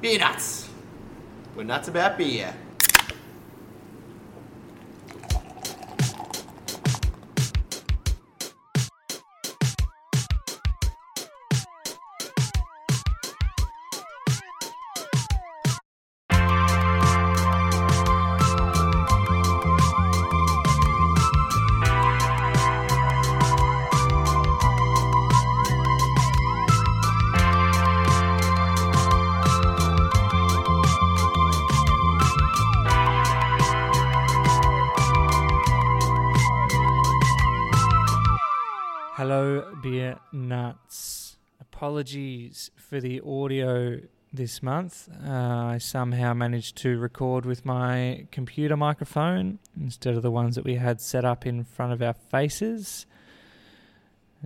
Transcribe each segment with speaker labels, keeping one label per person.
Speaker 1: Beer nuts. We're nuts about beer.
Speaker 2: Hello, beer nuts. Apologies for the audio this month. Uh, I somehow managed to record with my computer microphone instead of the ones that we had set up in front of our faces.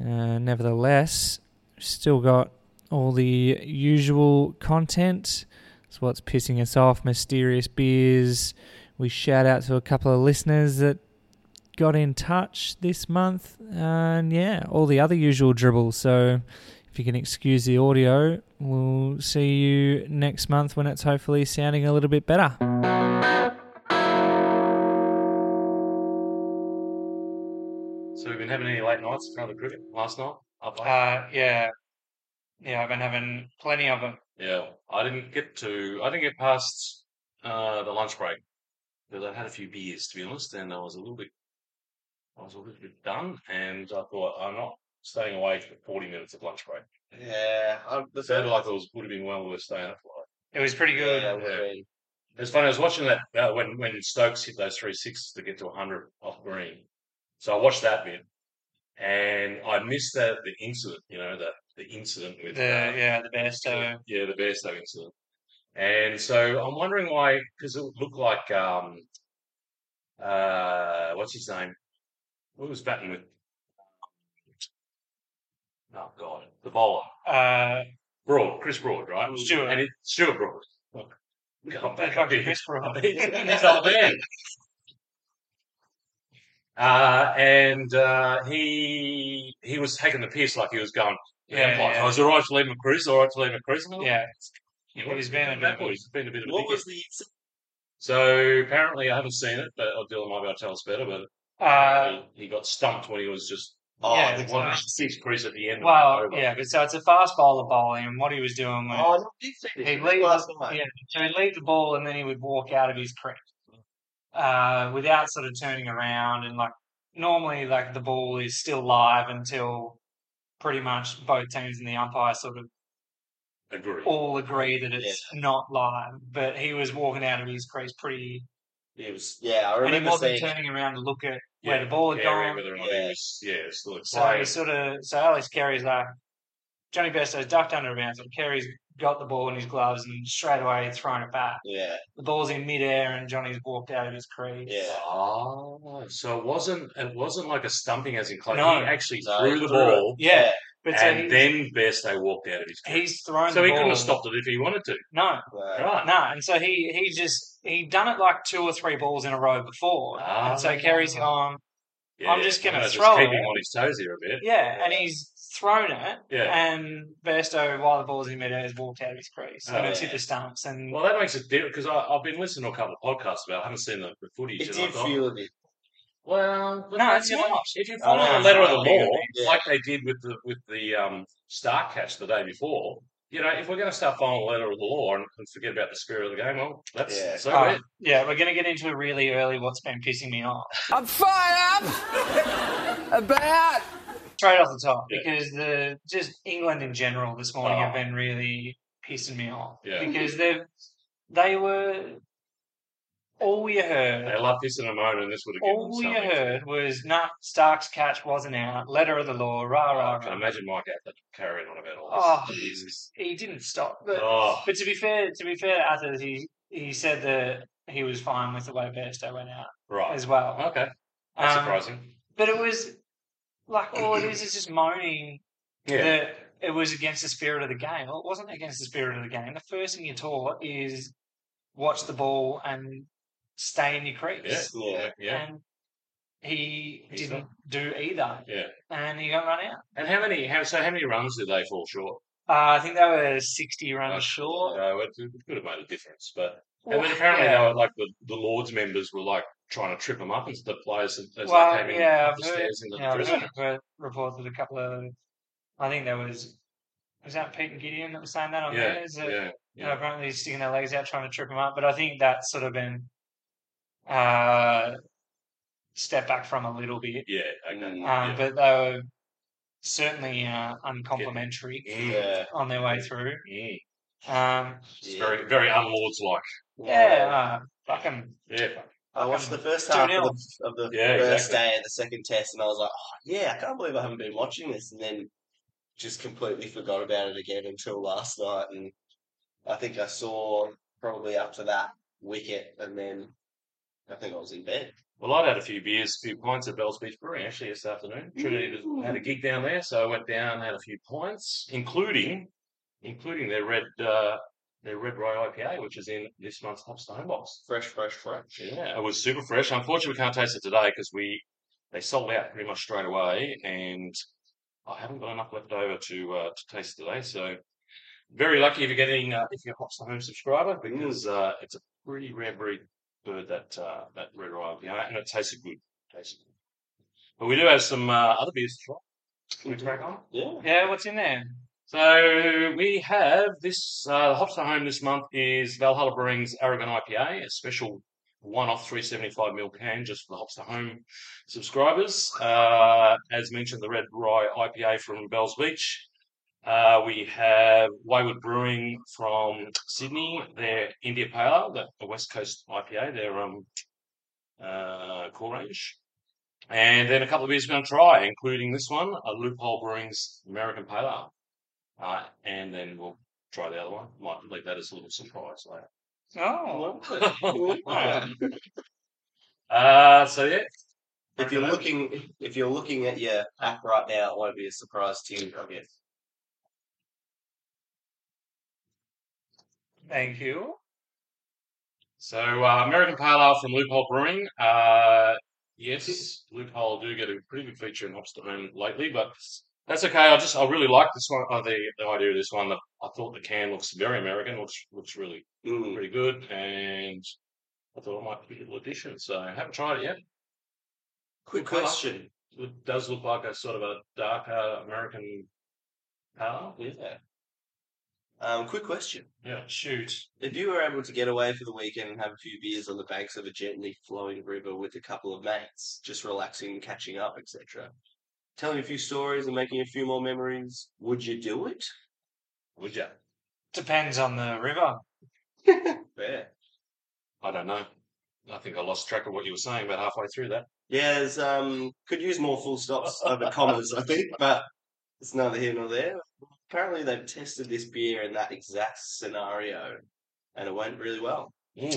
Speaker 2: Uh, nevertheless, still got all the usual content. It's what's pissing us off. Mysterious beers. We shout out to a couple of listeners that got in touch this month, and yeah, all the other usual dribble. So, if you can excuse the audio, we'll see you next month when it's hopefully sounding a little bit better.
Speaker 3: So we've been having any late nights around the cricket last night? Up late?
Speaker 4: Uh, yeah, yeah, I've been having plenty of them.
Speaker 3: yeah. I didn't get to. I didn't get past uh, the lunch break because I had a few beers, to be honest, and I was a little bit. I was a little bit done, and I thought I'm not staying away for 40 minutes of lunch break.
Speaker 1: Yeah, I,
Speaker 3: It sounded like it was would have been well worth staying up for.
Speaker 4: It was pretty good.
Speaker 1: Yeah, we-
Speaker 3: It's funny. I was watching that uh, when when Stokes hit those three sixes to get to 100 off green. So I watched that bit, and I missed that the incident. You know, the the incident with
Speaker 4: The
Speaker 3: uh,
Speaker 4: yeah, the besto.
Speaker 3: yeah, the bear stabbing incident. And so I'm wondering why, because it looked like um, uh, what's his name? Who was batting with? Oh God, the bowler
Speaker 4: Uh,
Speaker 3: Broad, Chris Broad, right?
Speaker 4: Stewart.
Speaker 3: and it, Stuart Broad. Look, come
Speaker 4: the
Speaker 3: back up
Speaker 4: fucking
Speaker 3: here.
Speaker 4: Chris Broad.
Speaker 3: He's old man. Uh, and uh, he he was taking the piss like he was going. Yeah,
Speaker 4: Yeah,
Speaker 3: like,
Speaker 4: yeah.
Speaker 3: "Oh, is it all right to leave him a cruise? All right to leave him a cruise?
Speaker 4: Yeah, Well, he's been a bit of a-
Speaker 3: He's been a bit of a
Speaker 1: What
Speaker 3: dickhead.
Speaker 1: was the incident?
Speaker 3: So apparently, I haven't seen it, but Dylan might be able to tell us better. But
Speaker 4: uh,
Speaker 3: he, he got stumped when he was just
Speaker 1: Oh,
Speaker 4: Yeah, uh,
Speaker 1: the
Speaker 3: one of
Speaker 1: guy-
Speaker 3: his six crease at the end. of the
Speaker 4: well,
Speaker 3: over.
Speaker 4: yeah, but so it's a fast bowler bowling, and what he was doing was
Speaker 1: Oh, I did see this.
Speaker 4: Hey,
Speaker 1: It was
Speaker 4: ladies,
Speaker 1: last night.
Speaker 4: Oh, yeah, so he'd leave the ball and then he would walk out of his crease uh, without sort of turning around. And like normally, like the ball is still live until pretty much both teams and the umpire sort of
Speaker 3: agree.
Speaker 4: all agree that it's not live. But he was walking out of his crease pretty,
Speaker 3: He was
Speaker 1: Yeah, I
Speaker 4: and he
Speaker 1: remember
Speaker 4: wasn't
Speaker 1: seeing. it.
Speaker 4: turning around to look at
Speaker 3: yeah,
Speaker 4: where the ball had
Speaker 3: caring
Speaker 4: gone.
Speaker 3: Whether or not he
Speaker 1: yeah.
Speaker 3: was, yeah, still at
Speaker 4: So
Speaker 3: play.
Speaker 4: he sort of, so Alex Carey's like, uh, Johnny Besto's ducked under a bounce, and Carey's got the ball in his gloves and straight away thrown it back.
Speaker 1: Yeah,
Speaker 4: the ball's in midair and Johnny's walked out of his crease.
Speaker 1: yeah.
Speaker 3: Oh, so it wasn't it wasn't like a stumping as in close.
Speaker 4: No.
Speaker 3: he actually
Speaker 1: No,
Speaker 3: threw
Speaker 1: he
Speaker 3: the
Speaker 1: threw it.
Speaker 3: ball,
Speaker 4: Yeah, but so
Speaker 3: and
Speaker 4: he's,
Speaker 3: then Besto walked out of his. crease.
Speaker 4: he's thrown.
Speaker 3: so
Speaker 4: the
Speaker 3: he couldn't
Speaker 4: ball.
Speaker 3: have stopped it if he wanted to.
Speaker 4: No,
Speaker 1: Right.
Speaker 3: Right.
Speaker 4: oh, no, uh, and so he he just he done it like two or three balls in a row oh, before, and so
Speaker 3: Ah.
Speaker 4: Kerry's gone.
Speaker 3: Yeah,
Speaker 4: I'm just gonna
Speaker 3: I'm
Speaker 4: throw
Speaker 3: keep
Speaker 4: it.
Speaker 3: him on his toes here a bit.
Speaker 4: Yeah, and he's thrown it,
Speaker 3: Yeah.
Speaker 4: and Besto while the ball's in midair has walked out of his crease and
Speaker 3: Oh,
Speaker 4: it's hit
Speaker 1: yeah.
Speaker 4: the stumps and
Speaker 3: Well, that makes it different because I've been listening to a couple of podcasts about. it. I haven't seen the, the footage.
Speaker 1: It
Speaker 3: and I
Speaker 1: did
Speaker 3: thought,
Speaker 1: feel a bit.
Speaker 3: Well, but
Speaker 4: No,
Speaker 3: that-
Speaker 4: it's
Speaker 3: you know,
Speaker 4: not.
Speaker 3: If you
Speaker 1: No,
Speaker 3: follow
Speaker 1: no,
Speaker 3: the letter of
Speaker 1: no,
Speaker 3: the
Speaker 1: no,
Speaker 3: law,
Speaker 1: yeah.
Speaker 3: like they did with the with the um, star catch the day before, you know, if we're going to start following the letter of the law and, and forget about the spirit of the game, well, that's
Speaker 1: Yeah.
Speaker 3: so
Speaker 4: Oh,
Speaker 3: be it.
Speaker 4: yeah, we're gonna get into really early what's been pissing me off.
Speaker 5: I'm fired up about
Speaker 4: straight off the top
Speaker 3: Yeah.
Speaker 4: because the just England in general this morning
Speaker 3: Oh.
Speaker 4: have been really pissing me off
Speaker 3: Yeah.
Speaker 4: because they they were all we heard
Speaker 3: They love this in a moment, and this would have given
Speaker 4: all
Speaker 3: them
Speaker 4: we
Speaker 3: something.
Speaker 4: heard was nah Stark's catch wasn't out letter of the law rah
Speaker 3: Oh,
Speaker 4: rah
Speaker 3: I can
Speaker 4: rah.
Speaker 3: imagine Mike Atta carrying on about all
Speaker 4: Oh,
Speaker 3: this. Jesus.
Speaker 4: he didn't stop. But,
Speaker 3: Oh.
Speaker 4: but to be fair, to be fair to Athers, he he said that he was fine with the way Besto went out
Speaker 3: Right.
Speaker 4: as well.
Speaker 3: Okay. That's
Speaker 4: Um,
Speaker 3: surprising.
Speaker 4: But it was like all it is is just moaning
Speaker 3: Yeah.
Speaker 4: that it was against the spirit of the game. Well, it wasn't against the spirit of the game. The first thing you're taught is watch the ball and stay in your
Speaker 3: Yeah.
Speaker 4: crease.
Speaker 3: Yeah. Yeah.
Speaker 4: And he
Speaker 3: He's
Speaker 4: didn't do either.
Speaker 3: Yeah.
Speaker 4: And he got run out.
Speaker 3: And how many? How so? How many runs did they fall short?
Speaker 4: Uh, I think they were 60 runs
Speaker 3: Uh,
Speaker 4: short.
Speaker 3: No, it, it could have made a difference, but
Speaker 4: Well,
Speaker 3: and then apparently
Speaker 4: yeah.
Speaker 3: they were like the, the Lords members were like trying to trip them up as the players as
Speaker 4: well,
Speaker 3: they came in
Speaker 4: yeah,
Speaker 3: up
Speaker 4: I've
Speaker 3: the
Speaker 4: heard,
Speaker 3: stairs into
Speaker 4: yeah,
Speaker 3: the
Speaker 4: I've
Speaker 3: prison.
Speaker 4: heard, heard reports of a couple of. I think there was was that Pete and Gideon that was saying that on
Speaker 3: Yeah,
Speaker 4: there. Is
Speaker 3: Yeah,
Speaker 4: it,
Speaker 3: yeah,
Speaker 4: you know, apparently he's sticking their legs out trying to trip him up. But I think that's sort of been uh, step back from a little bit.
Speaker 3: yeah. Okay.
Speaker 4: Um,
Speaker 3: yeah.
Speaker 4: But they were certainly uh, uncomplimentary
Speaker 3: Mm,
Speaker 1: Yeah.
Speaker 4: on their way through.
Speaker 3: mm.
Speaker 4: Um,
Speaker 3: It's very, very unlords like.
Speaker 4: yeah, uh, fucking
Speaker 3: Yeah,
Speaker 1: I watched the first half of the, of the
Speaker 3: Yeah,
Speaker 1: first
Speaker 3: exactly.
Speaker 1: day of the second test, and I was like, oh, "Yeah, I can't believe I haven't been watching this." And then just completely forgot about it again until last night, and I think I saw probably up to that wicket, and then I think I was in bed.
Speaker 3: Well, I'd had a few beers, a few pints at Bell's Beach Brewery actually this afternoon. Trinity was-
Speaker 4: Mm.
Speaker 3: had a gig down there, so I went down, had a few pints, including including their red uh, their red rye IPA, which is in this month's Top Stone Box.
Speaker 1: Fresh, fresh, fresh.
Speaker 3: Yeah, it was super fresh. Unfortunately, we can't taste it today because we they sold out pretty much straight away, and I haven't got enough left over to uh, to taste today. So very lucky if you're getting uh, if you're a Hops to Home subscriber because uh, it's a pretty rare breed bird that uh, that red rye IPA, and it tasted good. Tasted good. But we do have some uh, other beers to try. Can we crack on?
Speaker 1: Yeah.
Speaker 4: yeah. What's in there?
Speaker 3: So we have this uh, the hops to home this month is Valhalla Brewing's Aragon IPA, a special one-off 375 ml can just for the hops to home subscribers. Uh, as mentioned, the Red Rye IPA from Bells Beach. Uh, we have Wayward Brewing from Sydney, their India Pale Ale, the- the West Coast IPA, their um, uh, core range. And then a couple of beers we're going to try, including this one, a Loophole Brewing's American Pale Ale. Uh, and then we'll try the other one. Might leave that as a little surprise later.
Speaker 4: Oh,
Speaker 3: uh, so yeah,
Speaker 1: If you're looking, if you're looking at your app right now, it won't be a surprise to you, I guess.
Speaker 4: thank you.
Speaker 3: so uh, American Pale Ale from Loophole Brewing. Uh, yes, Loophole do get a pretty good feature in Hops to Home lately, but that's okay. I just I really like this one. Oh, the the idea of this one. The, I thought the can looks very American. Looks looks really
Speaker 1: Mm.
Speaker 3: pretty good, and I thought it might be a little addition. So I haven't tried it yet.
Speaker 1: Quick
Speaker 3: colour.
Speaker 1: question.
Speaker 3: It does look like a sort of a darker American pale. ale.
Speaker 1: Yeah. Um, quick question.
Speaker 3: Yeah.
Speaker 4: Shoot.
Speaker 1: If you were able to get away for the weekend and have a few beers on the banks of a gently flowing river with a couple of mates, just relaxing, catching up, etc., telling a few stories and making a few more memories, would you do it?
Speaker 3: Would you?
Speaker 4: Depends on the river.
Speaker 1: Fair.
Speaker 3: I don't know. I think I lost track of what you were saying about halfway through that.
Speaker 1: Yeah, there's, um, could use more full stops over commas, I think, but it's neither here nor there. Apparently, they've tested this beer in that exact scenario, and it went really well.
Speaker 3: Hmm.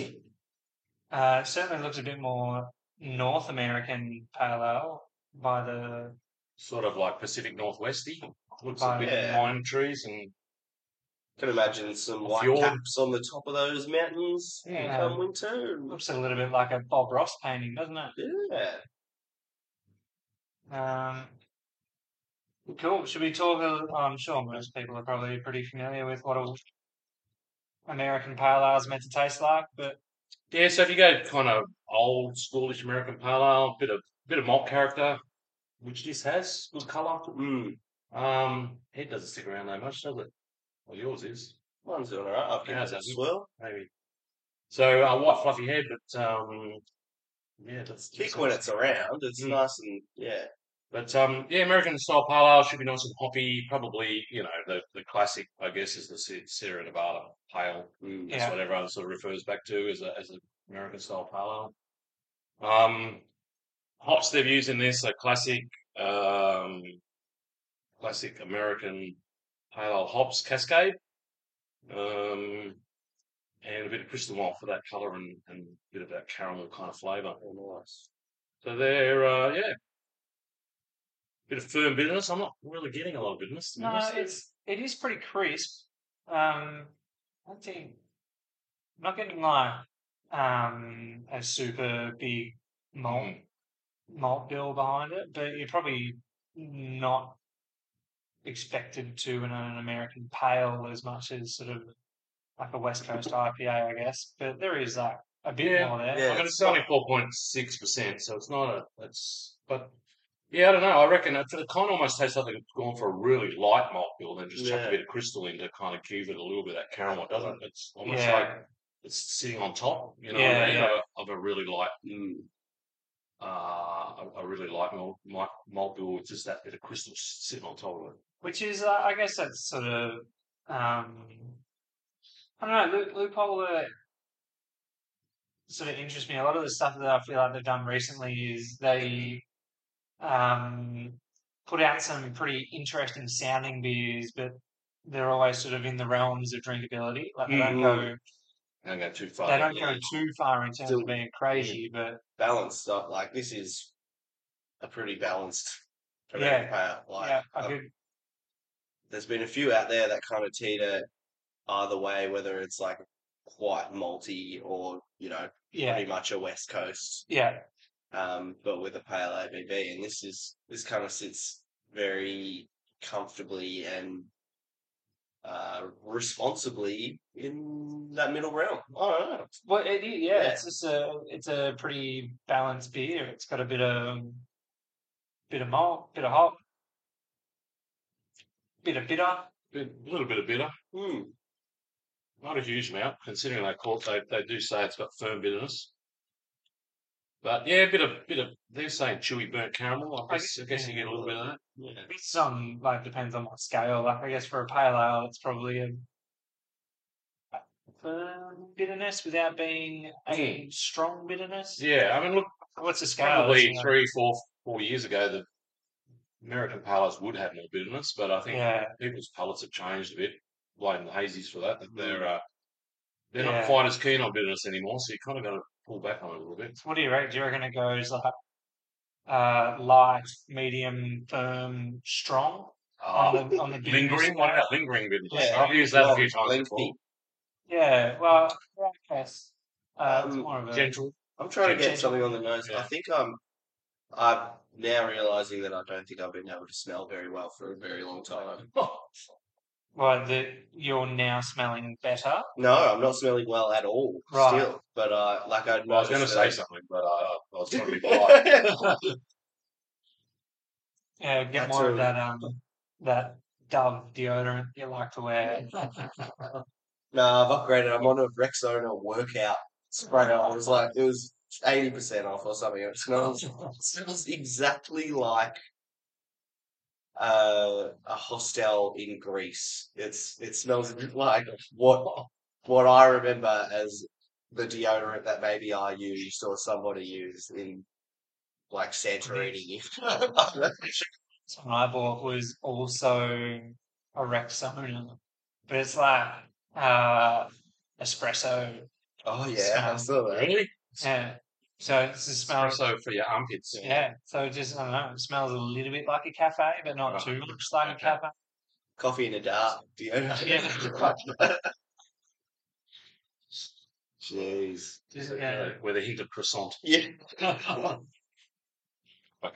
Speaker 4: Uh, it certainly looks a bit more North American pale ale by the
Speaker 3: Sort of like Pacific Northwesty. Looks
Speaker 4: Oh,
Speaker 3: a bit
Speaker 1: yeah.
Speaker 3: pine trees and
Speaker 1: Can imagine some white
Speaker 3: Fjord.
Speaker 1: caps on the top of those mountains
Speaker 3: Yeah.
Speaker 1: come winter.
Speaker 4: looks a little bit like a Bob Ross painting, doesn't it?
Speaker 1: Yeah.
Speaker 4: Um, cool. Should we talk? A, I'm sure most people are probably pretty familiar with what a American pale ale is meant to taste like, but
Speaker 3: yeah. So if you go kind of old schoolish American pale ale, bit of bit of malt character, which this has, good colour.
Speaker 1: Mm.
Speaker 3: Um, it doesn't stick around that much, does it? Well, yours is.
Speaker 1: Mine's doing alright. I've given
Speaker 3: Yeah,
Speaker 1: it a
Speaker 3: that's-
Speaker 1: swirl.
Speaker 3: maybe. So uh, white fluffy head, but um, yeah, that's
Speaker 1: Thick when it's around. It's
Speaker 3: Mm.
Speaker 1: nice and yeah.
Speaker 3: But um, yeah, American style pale ale should be nice and hoppy. Probably, you know, the, the classic, I guess, is the Sierra- Sierra Nevada pale.
Speaker 1: Mm.
Speaker 3: That's
Speaker 4: Yeah.
Speaker 3: what everyone sort of refers back to as a as an American style pale ale. Um, hops they've used in this are classic, um, classic American pale ale hops, Cascade, um, and a bit of crystal malt for that color and, and a bit of that caramel kind of flavor.
Speaker 1: Oh, nice.
Speaker 3: So they're uh, yeah, bit of firm bitterness. I'm not really getting a lot of bitterness. to be
Speaker 4: no,
Speaker 3: honest.
Speaker 4: it's it is pretty crisp. Um, I think I'm not getting like um a super big malt malt bill behind it, but you're probably not expected to in an American pale as much as sort of like a West Coast IPA, I guess. But there is like a bit
Speaker 3: Yeah,
Speaker 4: more there.
Speaker 1: yeah.
Speaker 3: I mean, it's only four point six percent, so it's not a. It's but yeah, I don't know. I reckon uh, it, it kind of almost tastes like they've gone for a really light malt bill and just chucked
Speaker 1: Yeah.
Speaker 3: a bit of crystal in to kind of give it a little bit of that caramel, doesn't it? It's almost
Speaker 4: Yeah.
Speaker 3: like it's sitting on top, you know,
Speaker 4: Yeah,
Speaker 3: of, a-
Speaker 4: yeah.
Speaker 3: of a really light,
Speaker 1: Mm.
Speaker 3: uh, a, a really light malt, malt, malt bill with just that bit of crystal s- sitting on top of it.
Speaker 4: Which is, uh, I guess, that's sort of, um, I don't know, loop, loophole that sort of interests me. A lot of the stuff that I feel like they've done recently is they um, put out some pretty interesting sounding beers, but they're always sort of in the realms of drinkability. Like they don't go,
Speaker 1: Mhm.
Speaker 3: I don't go too far.
Speaker 4: they don't
Speaker 3: yeah.
Speaker 4: go too far in terms
Speaker 1: Still-
Speaker 4: of being crazy, but
Speaker 1: balanced stuff. Like this is a pretty balanced
Speaker 4: Yeah.
Speaker 1: American payout. Like
Speaker 4: yeah,
Speaker 1: uh,
Speaker 4: I could,
Speaker 1: there's been a few out there that kind of teeter either way, whether it's like quite malty or you know
Speaker 4: yeah,
Speaker 1: pretty much a West Coast,
Speaker 4: yeah,
Speaker 1: um, but with a pale ABV. And this is this kind of sits very comfortably and uh, responsibly in that middle realm. I don't know.
Speaker 4: Well, it is, yeah,
Speaker 1: Yeah.
Speaker 4: It's just a it's a pretty balanced beer. It's got a bit of bit of malt, bit of hop, bit of bitter.
Speaker 3: Bit- a little bit of bitter.
Speaker 1: Hmm.
Speaker 3: Not a huge amount, considering they call they, they do say it's got firm bitterness. But yeah, a bit of bit of they're saying chewy burnt caramel. I
Speaker 4: I
Speaker 3: guess I
Speaker 4: guess-
Speaker 3: guess you get a little bit of that. Yeah.
Speaker 4: It's on like depends on what scale. Like I guess for a pale ale, it's probably a a bitterness without being a strong bitterness.
Speaker 3: Hmm. Yeah, I mean look
Speaker 4: What's the scale?
Speaker 3: probably
Speaker 4: It's like-
Speaker 3: three, four four years ago the American palates would have more bitterness, but I think
Speaker 4: Yeah,
Speaker 3: people's palates have changed a bit. Blame the hazies for that. that They're
Speaker 1: Mm.
Speaker 3: uh, they're
Speaker 4: Yeah.
Speaker 3: not quite as keen on bitterness anymore, so you kinda gotta pull back on it a little bit.
Speaker 4: What do you reckon? Do you reckon it goes like uh, light, medium, firm, strong
Speaker 1: Oh,
Speaker 3: Uh,
Speaker 4: on the on the bitterness
Speaker 3: lingering, what
Speaker 4: scale?
Speaker 3: about lingering bitterness?
Speaker 1: Yeah,
Speaker 3: I've used that a few
Speaker 1: long,
Speaker 3: times
Speaker 1: lengthy.
Speaker 3: before.
Speaker 4: Yeah, well, yeah, I guess uh, it's
Speaker 1: Um,
Speaker 4: more of a
Speaker 3: Gentle.
Speaker 1: I'm trying to
Speaker 4: Change
Speaker 1: get
Speaker 4: it.
Speaker 1: something on the nose. I
Speaker 3: Yeah.
Speaker 1: think I'm. I'm now realizing that I don't think I've been able to smell very well for a very long time.
Speaker 4: well that you're now smelling better.
Speaker 1: No, I'm not smelling well at all.
Speaker 4: Right.
Speaker 1: Still, but uh, like I,
Speaker 3: Well, I was going
Speaker 1: noticed
Speaker 3: to say
Speaker 1: that-
Speaker 3: something, but uh, I was going to be polite.
Speaker 4: Yeah, get
Speaker 1: That's
Speaker 4: more
Speaker 1: a-
Speaker 4: of that um that Dove deodorant you like to wear.
Speaker 1: no, I've upgraded. I'm on a Rexona workout spray. I was like, it was eighty percent off or something. It smells, it smells exactly like uh, a hostel in Greece. It's it smells like what what I remember as the deodorant that maybe I used or somebody used in like Santorini.
Speaker 4: Someone I bought was also a Rexona, but it's like uh, espresso.
Speaker 1: oh yeah, I saw that.
Speaker 3: really?
Speaker 4: Yeah, so it's the smell.
Speaker 3: So for your armpits.
Speaker 4: Yeah, so it just I don't know. It smells a little bit like a cafe, but not
Speaker 3: Right.
Speaker 4: too much like a
Speaker 3: Okay.
Speaker 4: cafe.
Speaker 1: Coffee in the dark deodorant. Jeez.
Speaker 4: Just,
Speaker 3: Uh,
Speaker 4: yeah.
Speaker 3: With a hint of croissant.
Speaker 1: Yeah.
Speaker 3: Back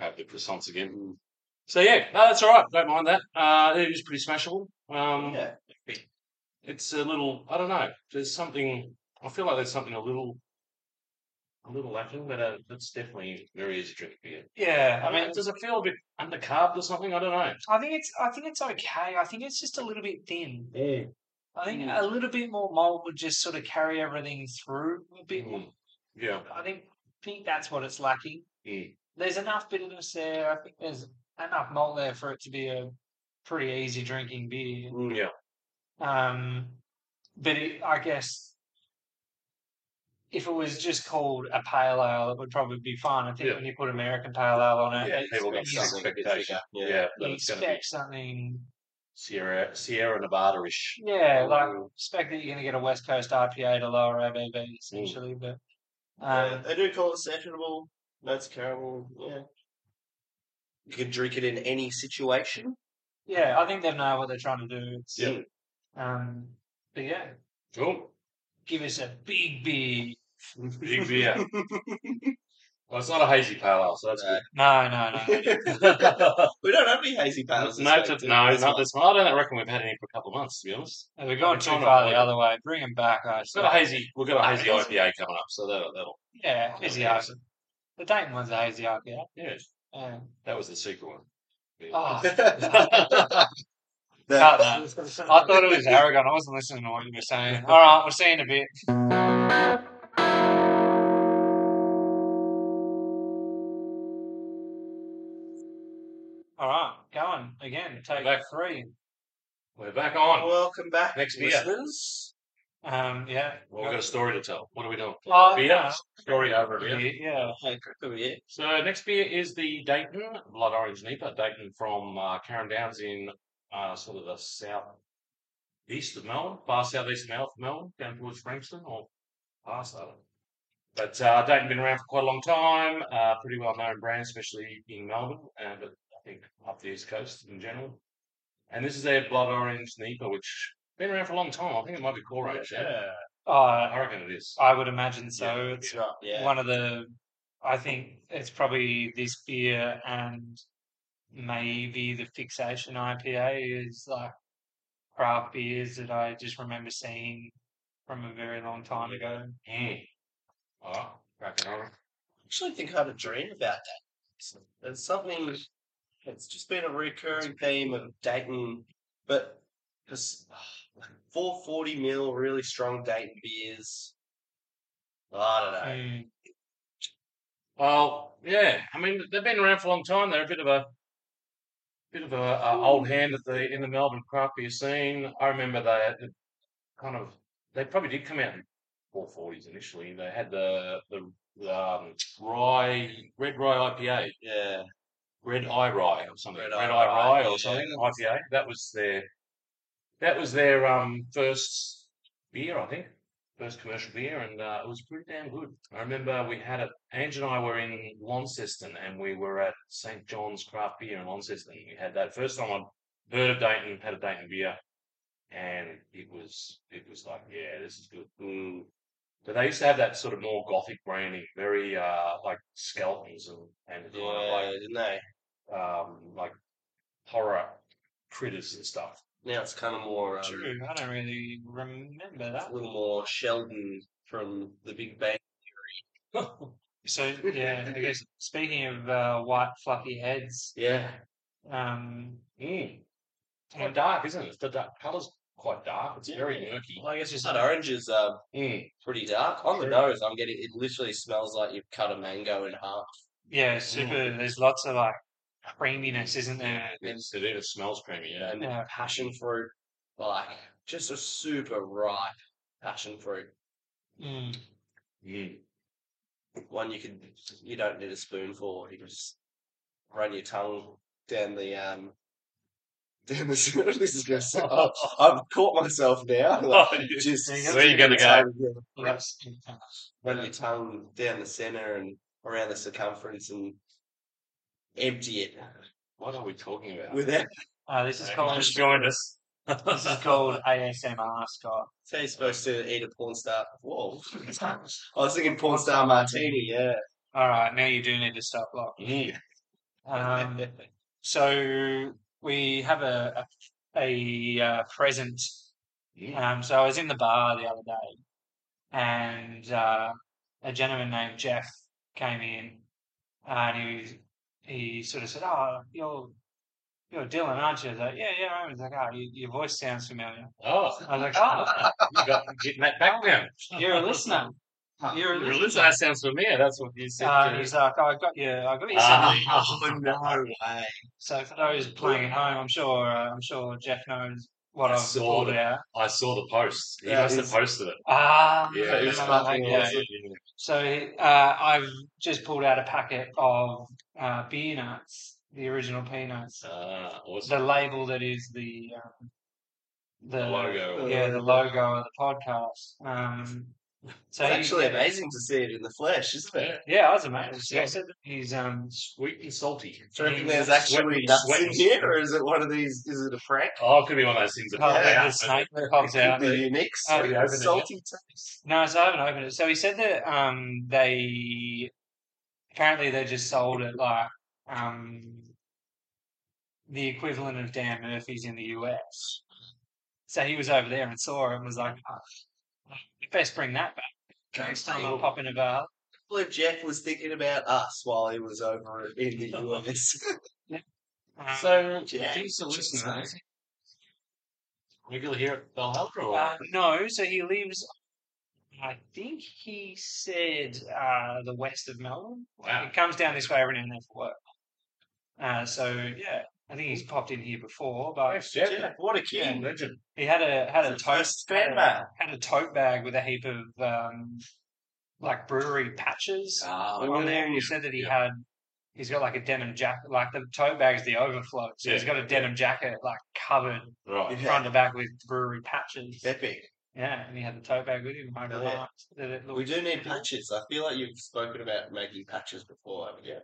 Speaker 3: up the croissants again.
Speaker 1: Mm.
Speaker 3: So yeah, no, that's all right. Don't mind that. Uh, it is pretty smashable. Um,
Speaker 1: yeah.
Speaker 3: It's a little. I don't know. There's something. I feel like there's something a little, a little lacking, but uh, that's definitely very easy to drink beer.
Speaker 4: yeah,
Speaker 3: I mean, does it feel a bit undercarved or something? I don't know.
Speaker 4: I think it's I think it's okay. I think it's just a little bit thin. I think
Speaker 3: Mm.
Speaker 4: a little bit more mold would just sort of carry everything through a bit. more.
Speaker 3: Mm. Yeah.
Speaker 4: I think think that's what it's lacking.
Speaker 3: Mm.
Speaker 4: There's enough bitterness there. I think there's enough malt there for it to be a pretty easy drinking beer.
Speaker 1: Mm.
Speaker 3: Yeah.
Speaker 4: Um, but it, I guess if it was just called a pale ale, it would probably be fine. I think
Speaker 3: Yeah.
Speaker 4: when you put American pale ale on it,
Speaker 3: Yeah,
Speaker 4: it's-
Speaker 3: people got
Speaker 4: you-
Speaker 3: some expectation.
Speaker 1: Yeah.
Speaker 3: Yeah,
Speaker 4: you
Speaker 3: but it's going to be
Speaker 4: expect something
Speaker 3: Sierra Sierra Nevada ish.
Speaker 4: Yeah, like
Speaker 1: Mm.
Speaker 4: expect that you're going to get a West Coast IPA to lower ABV
Speaker 3: Mm.
Speaker 4: essentially, but
Speaker 1: Uh,
Speaker 4: um,
Speaker 1: they do call it sessionable. That's caramel. Yeah. You can drink it in any situation.
Speaker 4: yeah, I think they know what they're trying to do. It's,
Speaker 3: Yeah.
Speaker 4: Um, but yeah,
Speaker 3: Cool.
Speaker 4: give us a big beer.
Speaker 3: Big beer. Well, it's not a hazy pale ale, so that's
Speaker 1: No.
Speaker 4: No, no, no.
Speaker 3: good.
Speaker 1: We don't have any hazy
Speaker 3: no,
Speaker 1: pales.
Speaker 3: no, not this one. I don't reckon we've had any for a couple of months, to be honest.
Speaker 4: If we're going
Speaker 3: We're
Speaker 4: too
Speaker 3: trying to
Speaker 4: far the
Speaker 3: avoid it.
Speaker 4: other way, bring him back. I
Speaker 3: We've got a
Speaker 4: say.
Speaker 3: hazy. We've got a hazy
Speaker 4: Nice.
Speaker 3: IPA coming up, so that'll, that'll
Speaker 4: Yeah, hazy IPA. The Dayton one's a hazy Um, IPA.
Speaker 3: Yeah,
Speaker 4: Yeah.
Speaker 3: that was the secret one. I
Speaker 4: Oh, cut that. I thought it was arrogant. I wasn't listening to what you were saying. All right, we'll see you in a bit. All right, going again. Take
Speaker 3: Back.
Speaker 4: three.
Speaker 3: We're back on.
Speaker 1: Welcome back,
Speaker 3: Next beer.
Speaker 1: listeners.
Speaker 4: Um, yeah.
Speaker 3: Well, we've got a story to tell. What are we doing?
Speaker 4: Oh,
Speaker 3: Beer.
Speaker 4: yeah.
Speaker 3: Story over
Speaker 4: Yeah.
Speaker 3: beer.
Speaker 4: yeah.
Speaker 1: Hey, crack over here.
Speaker 3: So next beer is the Dayton Blood Orange Nipa. Dayton from uh, Karen Downs in uh, sort of the south east of Melbourne, far southeast of Mel- Melbourne, down towards Frankston or past I don't know. But uh, Dayton been around for quite a long time. Uh, pretty well known brand, especially in Melbourne, uh, but I think up the east coast in general. And this is their Blood Orange Nipa, which been around for a long time. I think it might be core range. Yeah,
Speaker 4: Uh,
Speaker 3: I reckon it is.
Speaker 4: I would imagine so. It's
Speaker 1: That's right. Yeah.
Speaker 4: one of the I think it's probably this beer and maybe the fixation IPA is like craft beers that I just remember seeing from a very long time ago.
Speaker 3: Mm. All right, cracking on.
Speaker 1: actually think I had a dream about that. There's something it's just been a recurring theme of Dayton, but because 440 mil really strong Dayton beers. I don't know.
Speaker 4: Mm.
Speaker 3: Well, yeah. I mean, they've been around for a long time. They're a bit of a bit of a, a old hand at the in the Melbourne craft beer scene. I remember they they kind of they probably did come out in four forties initially. They had the the, the um, rye red rye IPA,
Speaker 1: Yeah,
Speaker 3: red eye rye or something,
Speaker 1: Red
Speaker 3: red,
Speaker 1: Eye
Speaker 3: eye
Speaker 1: Rye,
Speaker 3: rye, or
Speaker 1: yeah.
Speaker 3: something IPA. That was their that was their um first beer, I think, first commercial beer, and uh, it was pretty damn good. I remember we had it. Ange and I were in Launceston, and we were at St John's Craft Beer in Launceston. We had that first time I'd heard of Dayton, had a Dayton beer, and it was it was like, yeah, this is good.
Speaker 1: mm,
Speaker 3: But they used to have that sort of more gothic branding, very uh like skeletons and and kind of like
Speaker 1: yeah, didn't they?
Speaker 3: um, like horror critters and stuff.
Speaker 1: Now it's kind of more um,
Speaker 4: True. I don't really remember
Speaker 1: a
Speaker 4: that.
Speaker 1: little more Sheldon from The Big Bang.
Speaker 4: So yeah, I guess speaking of uh, white fluffy heads,
Speaker 1: Yeah,
Speaker 4: um,
Speaker 3: Mm. It's quite dark, isn't it? The dark colour's quite dark. It's very
Speaker 1: Yeah.
Speaker 3: murky.
Speaker 4: well, I guess it's
Speaker 1: that orange is uh,
Speaker 3: Mm.
Speaker 1: pretty dark on the
Speaker 3: True.
Speaker 1: nose. I'm getting it. Literally smells like you've cut a mango in half.
Speaker 4: yeah,
Speaker 3: Mm.
Speaker 4: super. There's lots of like creaminess, isn't there?
Speaker 3: It's, it, is- smells creamy, yeah.
Speaker 1: and
Speaker 4: Yeah.
Speaker 1: passion fruit, like just a super ripe passion fruit.
Speaker 4: Mm.
Speaker 3: Mm.
Speaker 1: One you could you don't need a spoonful. You can just run your tongue down the um. Down the this is gonna sound- oh, I've caught myself now. Like, just
Speaker 3: Where you gonna go?
Speaker 1: Run, run your tongue down the center and around the circumference and empty it
Speaker 3: What are we talking about?
Speaker 1: without.
Speaker 4: Uh, this is called
Speaker 3: Just joined us.
Speaker 4: this is called ASMR, Scott.
Speaker 1: So you're supposed to eat a porn star. Whoa! I was thinking porn star martini. Yeah.
Speaker 4: All right, now you do need to stop lock.
Speaker 3: Mm.
Speaker 4: Um, so we have a a, a uh, present.
Speaker 3: Mm.
Speaker 4: Um, so I was in the bar the other day, and uh, a gentleman named Jeff came in, and he was, he sort of said, "Oh, you're you're Dylan, aren't you?" I was like, "Yeah, yeah." I was like, "Oh, you, your voice sounds familiar."
Speaker 3: Oh,
Speaker 4: I was like, "Oh,
Speaker 3: you got getting that back now.
Speaker 4: you're a listener.
Speaker 3: Oh,
Speaker 4: You're a
Speaker 3: You're a
Speaker 4: listener."
Speaker 3: listener. That sounds familiar. That's what you said.
Speaker 4: Uh,
Speaker 3: to-
Speaker 4: and he's like, "Oh, I got you. I got you."
Speaker 3: Ah.
Speaker 4: something."
Speaker 1: oh no way!
Speaker 4: So for those playing at home, I'm sure uh, I'm sure Jeff knows what
Speaker 3: I
Speaker 4: I've
Speaker 3: saw
Speaker 4: pulled
Speaker 3: that.
Speaker 4: out.
Speaker 3: I saw the post. He
Speaker 1: Yeah,
Speaker 3: must have
Speaker 1: it's-
Speaker 3: posted it.
Speaker 4: Ah,
Speaker 3: Yeah, it was
Speaker 4: yeah,
Speaker 1: fucking
Speaker 4: yeah.
Speaker 1: awesome.
Speaker 4: So uh, I've just pulled out a packet of uh, beer nuts, the original peanuts.
Speaker 3: Ah,
Speaker 4: The
Speaker 3: awesome.
Speaker 4: label that is the um, the
Speaker 3: logo.
Speaker 4: yeah, the logo of the podcast. Um, so
Speaker 1: it's
Speaker 4: he-
Speaker 1: actually
Speaker 4: yeah,
Speaker 1: amazing to see it in the flesh, isn't it?
Speaker 4: Yeah, I was amazed. Yeah, so he's um,
Speaker 3: Sweet and salty. Mm.
Speaker 1: Do you reckon there's actually
Speaker 3: Sweaty,
Speaker 1: nuts in
Speaker 3: sweaty.
Speaker 1: here, or is it one of these? Is it a prank?
Speaker 3: Oh, it could be one of those things. that-
Speaker 4: oh,
Speaker 1: Yeah.
Speaker 4: the snake that pops out.
Speaker 1: The unique,
Speaker 4: Oh,
Speaker 1: sweet,
Speaker 3: yeah, open it,
Speaker 1: salty taste.
Speaker 4: No, so I haven't opened it. So he said that um they apparently they just sold it like um, the equivalent of Dan Murphy's in the US. So he was over there and saw it and was like, oh, you best bring that back. Next time I'll pop in a bar.
Speaker 1: I believe Jeff was thinking about us while he was over in the US.
Speaker 4: Um,
Speaker 3: So,
Speaker 1: Yeah,
Speaker 3: he's a
Speaker 1: just
Speaker 3: listener.
Speaker 1: nice.
Speaker 3: is he? Regular here at Belhaldra? Or?
Speaker 4: uh, no, so he lives, I think he said uh, the west of Melbourne.
Speaker 3: wow.
Speaker 4: It comes down this way every now and then for work. Uh, so yeah, I think he's popped in here before, but
Speaker 3: Thanks, Jeff.
Speaker 1: Jeff, what a
Speaker 4: Yeah.
Speaker 1: king.
Speaker 3: Legend.
Speaker 4: he had a had a
Speaker 1: It's the
Speaker 4: tote
Speaker 1: first fan
Speaker 4: had a,
Speaker 1: mail.
Speaker 4: had a tote bag with a heap of um, like brewery patches
Speaker 3: Oh,
Speaker 4: on there, and he said that he had he's got like a denim jacket, like the tote bag's the overflow, so he's
Speaker 3: Yeah.
Speaker 4: got a denim jacket like covered
Speaker 3: right.
Speaker 1: Yeah.
Speaker 4: front to back with brewery patches.
Speaker 1: Epic.
Speaker 4: Yeah, and he had the tote bag with him. I
Speaker 1: Oh, yeah.
Speaker 4: remarked that it looked
Speaker 1: We do need patches. I feel like you've spoken about making patches before, haven't you?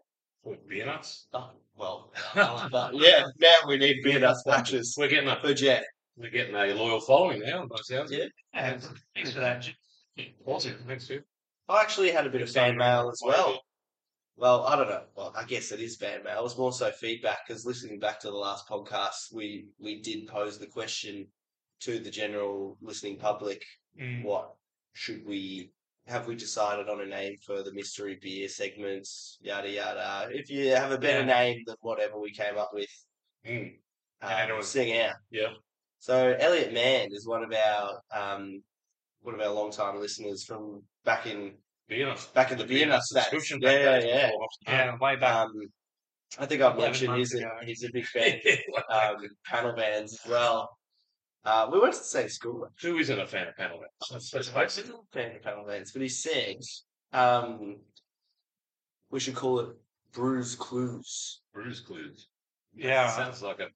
Speaker 3: Beer nuts.
Speaker 1: Oh, well, but yeah, now we need beer nuts patches
Speaker 3: We're getting a
Speaker 1: for Jeff.
Speaker 3: we're getting a loyal following now. By the sounds. of it.
Speaker 4: Yeah, thanks for that. Jim.
Speaker 3: Awesome. Thanks, Jeff.
Speaker 1: I actually had a bit of fan mail as well. Well, I don't know. Well, I guess it is fan mail. It's more so feedback because listening back to the last podcast, we we did pose the question to the general listening public:
Speaker 4: Mm.
Speaker 1: What should we have? We decided on a name for the mystery beer segments, yada yada. If you have a better
Speaker 4: Yeah.
Speaker 1: name than whatever we came up with,
Speaker 3: Mm. And it
Speaker 1: um,
Speaker 3: was-
Speaker 1: sing out.
Speaker 3: Yeah.
Speaker 1: So Elliot Mann is one of our um, one of our long time listeners from back in
Speaker 3: Beer nuts.
Speaker 1: back in the beer nuts days.
Speaker 3: subscription.
Speaker 1: Yeah, yeah, yeah.
Speaker 4: Yeah, way back.
Speaker 1: Um, I think I've
Speaker 4: 11
Speaker 1: mentioned
Speaker 4: months
Speaker 1: he's a,
Speaker 4: ago.
Speaker 1: he's a big fan of um, panel bands as well. Uh, we went to the same school.
Speaker 3: Who isn't a fan of panel nuts? Let's face it.
Speaker 1: Fan of panel bands, but he said um, we should call it Brews Clues.
Speaker 3: Bruise clues.
Speaker 4: yeah,
Speaker 3: Sounds like a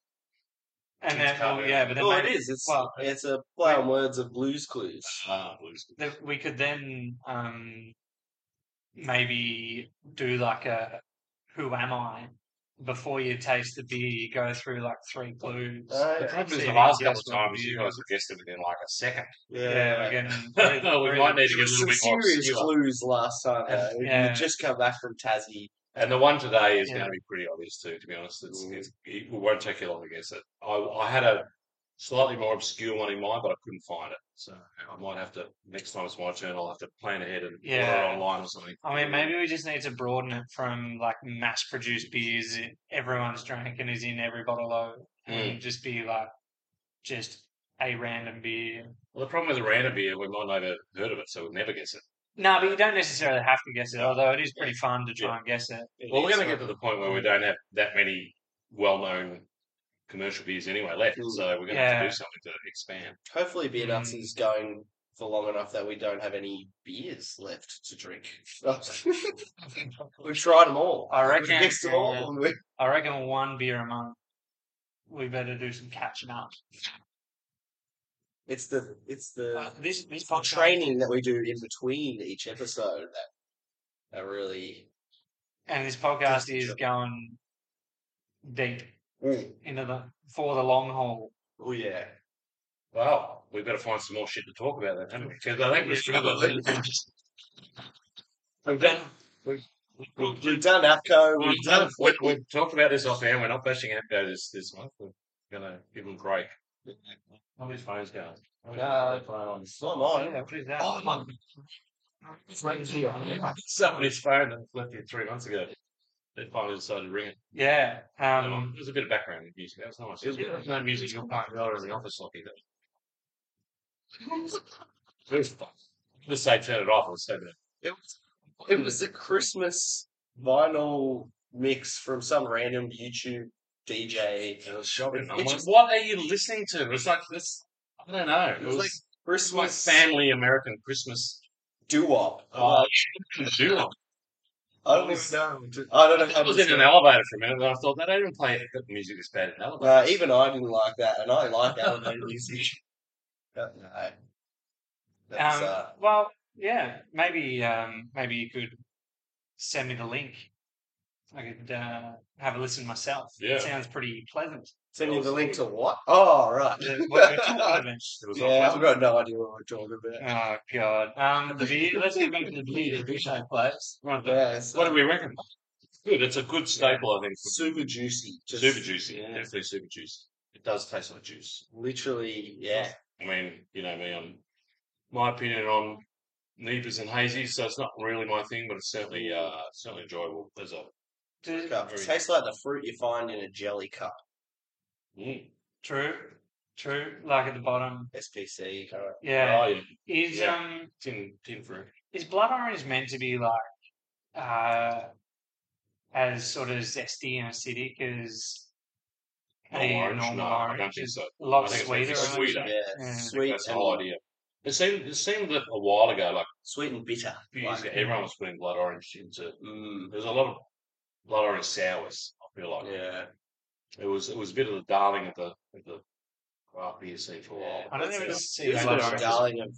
Speaker 4: and then
Speaker 3: cover.
Speaker 4: well, yeah, but then
Speaker 1: Oh, it
Speaker 4: maybe-
Speaker 1: is. It's
Speaker 4: well,
Speaker 1: it's a play on words of Blues Clues.
Speaker 3: ah blues.
Speaker 4: that we could then um, maybe do like a who am I before you taste the beer, you go through like three clues.
Speaker 1: Uh,
Speaker 3: The problem is
Speaker 4: See,
Speaker 3: the last
Speaker 4: yes,
Speaker 3: couple of
Speaker 4: well,
Speaker 3: times you
Speaker 4: you-
Speaker 3: guys have guessed it within like a second.
Speaker 4: yeah, we're getting.
Speaker 3: No, we
Speaker 4: we're-
Speaker 3: might need to
Speaker 1: There
Speaker 3: get
Speaker 1: was
Speaker 3: a little
Speaker 1: some
Speaker 3: bit more
Speaker 1: serious
Speaker 3: obscure.
Speaker 1: clues last time. though. You
Speaker 4: Yeah.
Speaker 1: just come back from Tassie.
Speaker 3: And the one today is
Speaker 4: Yeah.
Speaker 3: going to be pretty obvious too, to be honest. It's,
Speaker 1: Mm.
Speaker 3: it's, it won't take you long to guess it. I, I had a slightly more obscure one in mind, but I couldn't find it. So I might have to, next time it's my turn, I'll have to plan ahead and order
Speaker 4: Yeah.
Speaker 3: it online or something.
Speaker 4: I mean, maybe we just need to broaden it from like mass-produced beers that everyone's drank and is in every bottle of,
Speaker 1: Hmm.
Speaker 4: and just be like just a random beer.
Speaker 3: Well, the problem with the random beer, we might never heard of it, so we'll never guess it.
Speaker 4: No, but you don't necessarily have to guess it, although it is pretty fun to try and guess it.
Speaker 3: Well, we're going to get to the point where we don't have that many well known commercial beers anyway left.
Speaker 1: Mm.
Speaker 3: So we're going to have to
Speaker 4: Yeah.
Speaker 3: do something to expand.
Speaker 1: Hopefully, Beer
Speaker 3: Hmm.
Speaker 1: Nuts
Speaker 4: Mm.
Speaker 1: is going for long enough that we don't have any beers left to drink. We've tried them all.
Speaker 4: I
Speaker 1: We've
Speaker 4: reckon.
Speaker 1: mixed them all. and we-
Speaker 4: I reckon one beer a month. We better do some catching up.
Speaker 1: It's the it's
Speaker 4: Uh,
Speaker 1: the
Speaker 4: this this
Speaker 1: the
Speaker 4: podcast,
Speaker 1: training that we do in between each episode that that really.
Speaker 4: and this podcast
Speaker 1: Just-
Speaker 4: is going deep
Speaker 1: Mm.
Speaker 4: into the for the long haul.
Speaker 1: Oh yeah.
Speaker 3: Well, we better find some more shit to talk about then, haven't we? Because I think we're struggling.
Speaker 1: We've done we've done APCO.
Speaker 3: We've,
Speaker 1: We've done
Speaker 3: we, we've talked about this off air. We're not bashing Amco this, this month. We're going to give them a break. How many phones going?
Speaker 1: Uh, not
Speaker 4: Oh,
Speaker 1: mine.
Speaker 4: yeah, what is that?
Speaker 3: Oh, my. Somebody's phone that was left here three months ago. They finally decided to ring it.
Speaker 4: Yeah.
Speaker 3: Um,
Speaker 4: Um,
Speaker 3: there was a bit of background music. That was nice. It was, there was no music. You'll find it in the office lobby. Though. It was fun. Just say turn it off. It was so bad.
Speaker 1: It was, it was a Christmas vinyl mix from some random YouTube DJ.
Speaker 3: It was shocking. I'm
Speaker 1: It's-
Speaker 3: like, what are you listening to? It was like this. I don't know. It
Speaker 1: It was
Speaker 3: was,
Speaker 1: like
Speaker 3: it's like
Speaker 1: Christmas
Speaker 3: family American Christmas.
Speaker 1: doo wop.
Speaker 3: Oh, yeah.
Speaker 1: I don't even know. I don't know
Speaker 3: I
Speaker 1: how
Speaker 3: was
Speaker 1: to
Speaker 3: in an elevator for a minute, and I thought they don't even play music this bad in elevators.
Speaker 1: Uh, even I didn't like that, and I like elevator music. But no. That's,
Speaker 4: um,
Speaker 1: uh,
Speaker 4: well, yeah, maybe um, maybe you could send me the link. I could uh, have a listen myself.
Speaker 3: Yeah.
Speaker 4: It sounds pretty pleasant.
Speaker 1: Send you the link to what? Oh, right.
Speaker 4: The- what we're talking about.
Speaker 3: It was
Speaker 1: yeah,
Speaker 3: on
Speaker 1: I've got no idea what we're talking about.
Speaker 4: Oh god. Um, the beer. Let's get back to the beer. The beer shape place.
Speaker 3: One of the-
Speaker 1: Yeah, so-
Speaker 3: What do we reckon? Good. It's a good staple, I think.
Speaker 1: Super juicy. Just
Speaker 3: super juicy.
Speaker 1: yeah.
Speaker 3: Definitely super juicy. It does taste like juice.
Speaker 1: Literally, yeah.
Speaker 3: I mean, you know me. I'm my opinion on neepers and hazies, so it's not really my thing, but it's certainly uh, certainly enjoyable. There's a
Speaker 4: Do-
Speaker 1: Cup. It tastes like the fruit you find in a jelly cup.
Speaker 3: mm,
Speaker 4: True. True. Like at the bottom.
Speaker 1: SPC. Kind of.
Speaker 4: Yeah.
Speaker 3: oh yeah,
Speaker 4: Is
Speaker 3: Yeah.
Speaker 4: um
Speaker 3: tin tin fruit.
Speaker 4: is blood orange meant to be like uh as sort of zesty and acidic as
Speaker 3: Normal
Speaker 4: a
Speaker 3: orange?
Speaker 4: normal
Speaker 3: No, I don't
Speaker 4: orange?
Speaker 3: think
Speaker 4: Is
Speaker 3: so.
Speaker 4: A lot
Speaker 3: I think it's meant to be
Speaker 4: sweeter. I
Speaker 3: sweeter.
Speaker 4: imagine.
Speaker 1: Yeah,
Speaker 4: Yeah.
Speaker 1: sweet
Speaker 3: That's the
Speaker 1: and
Speaker 3: whole idea. It seemed it seemed that a while ago, like a
Speaker 1: sweet and bitter.
Speaker 3: few years
Speaker 1: Like,
Speaker 3: ago, everyone was putting blood orange into.
Speaker 1: mm,
Speaker 3: There's a lot of blood orange sours. I feel like
Speaker 1: yeah,
Speaker 3: it was it was a bit of the darling of the of the craft beer scene for a while.
Speaker 1: yeah.
Speaker 4: I don't
Speaker 1: It's
Speaker 4: even
Speaker 1: a-
Speaker 4: see
Speaker 1: it's
Speaker 4: blood
Speaker 1: a
Speaker 4: orange.
Speaker 1: darling of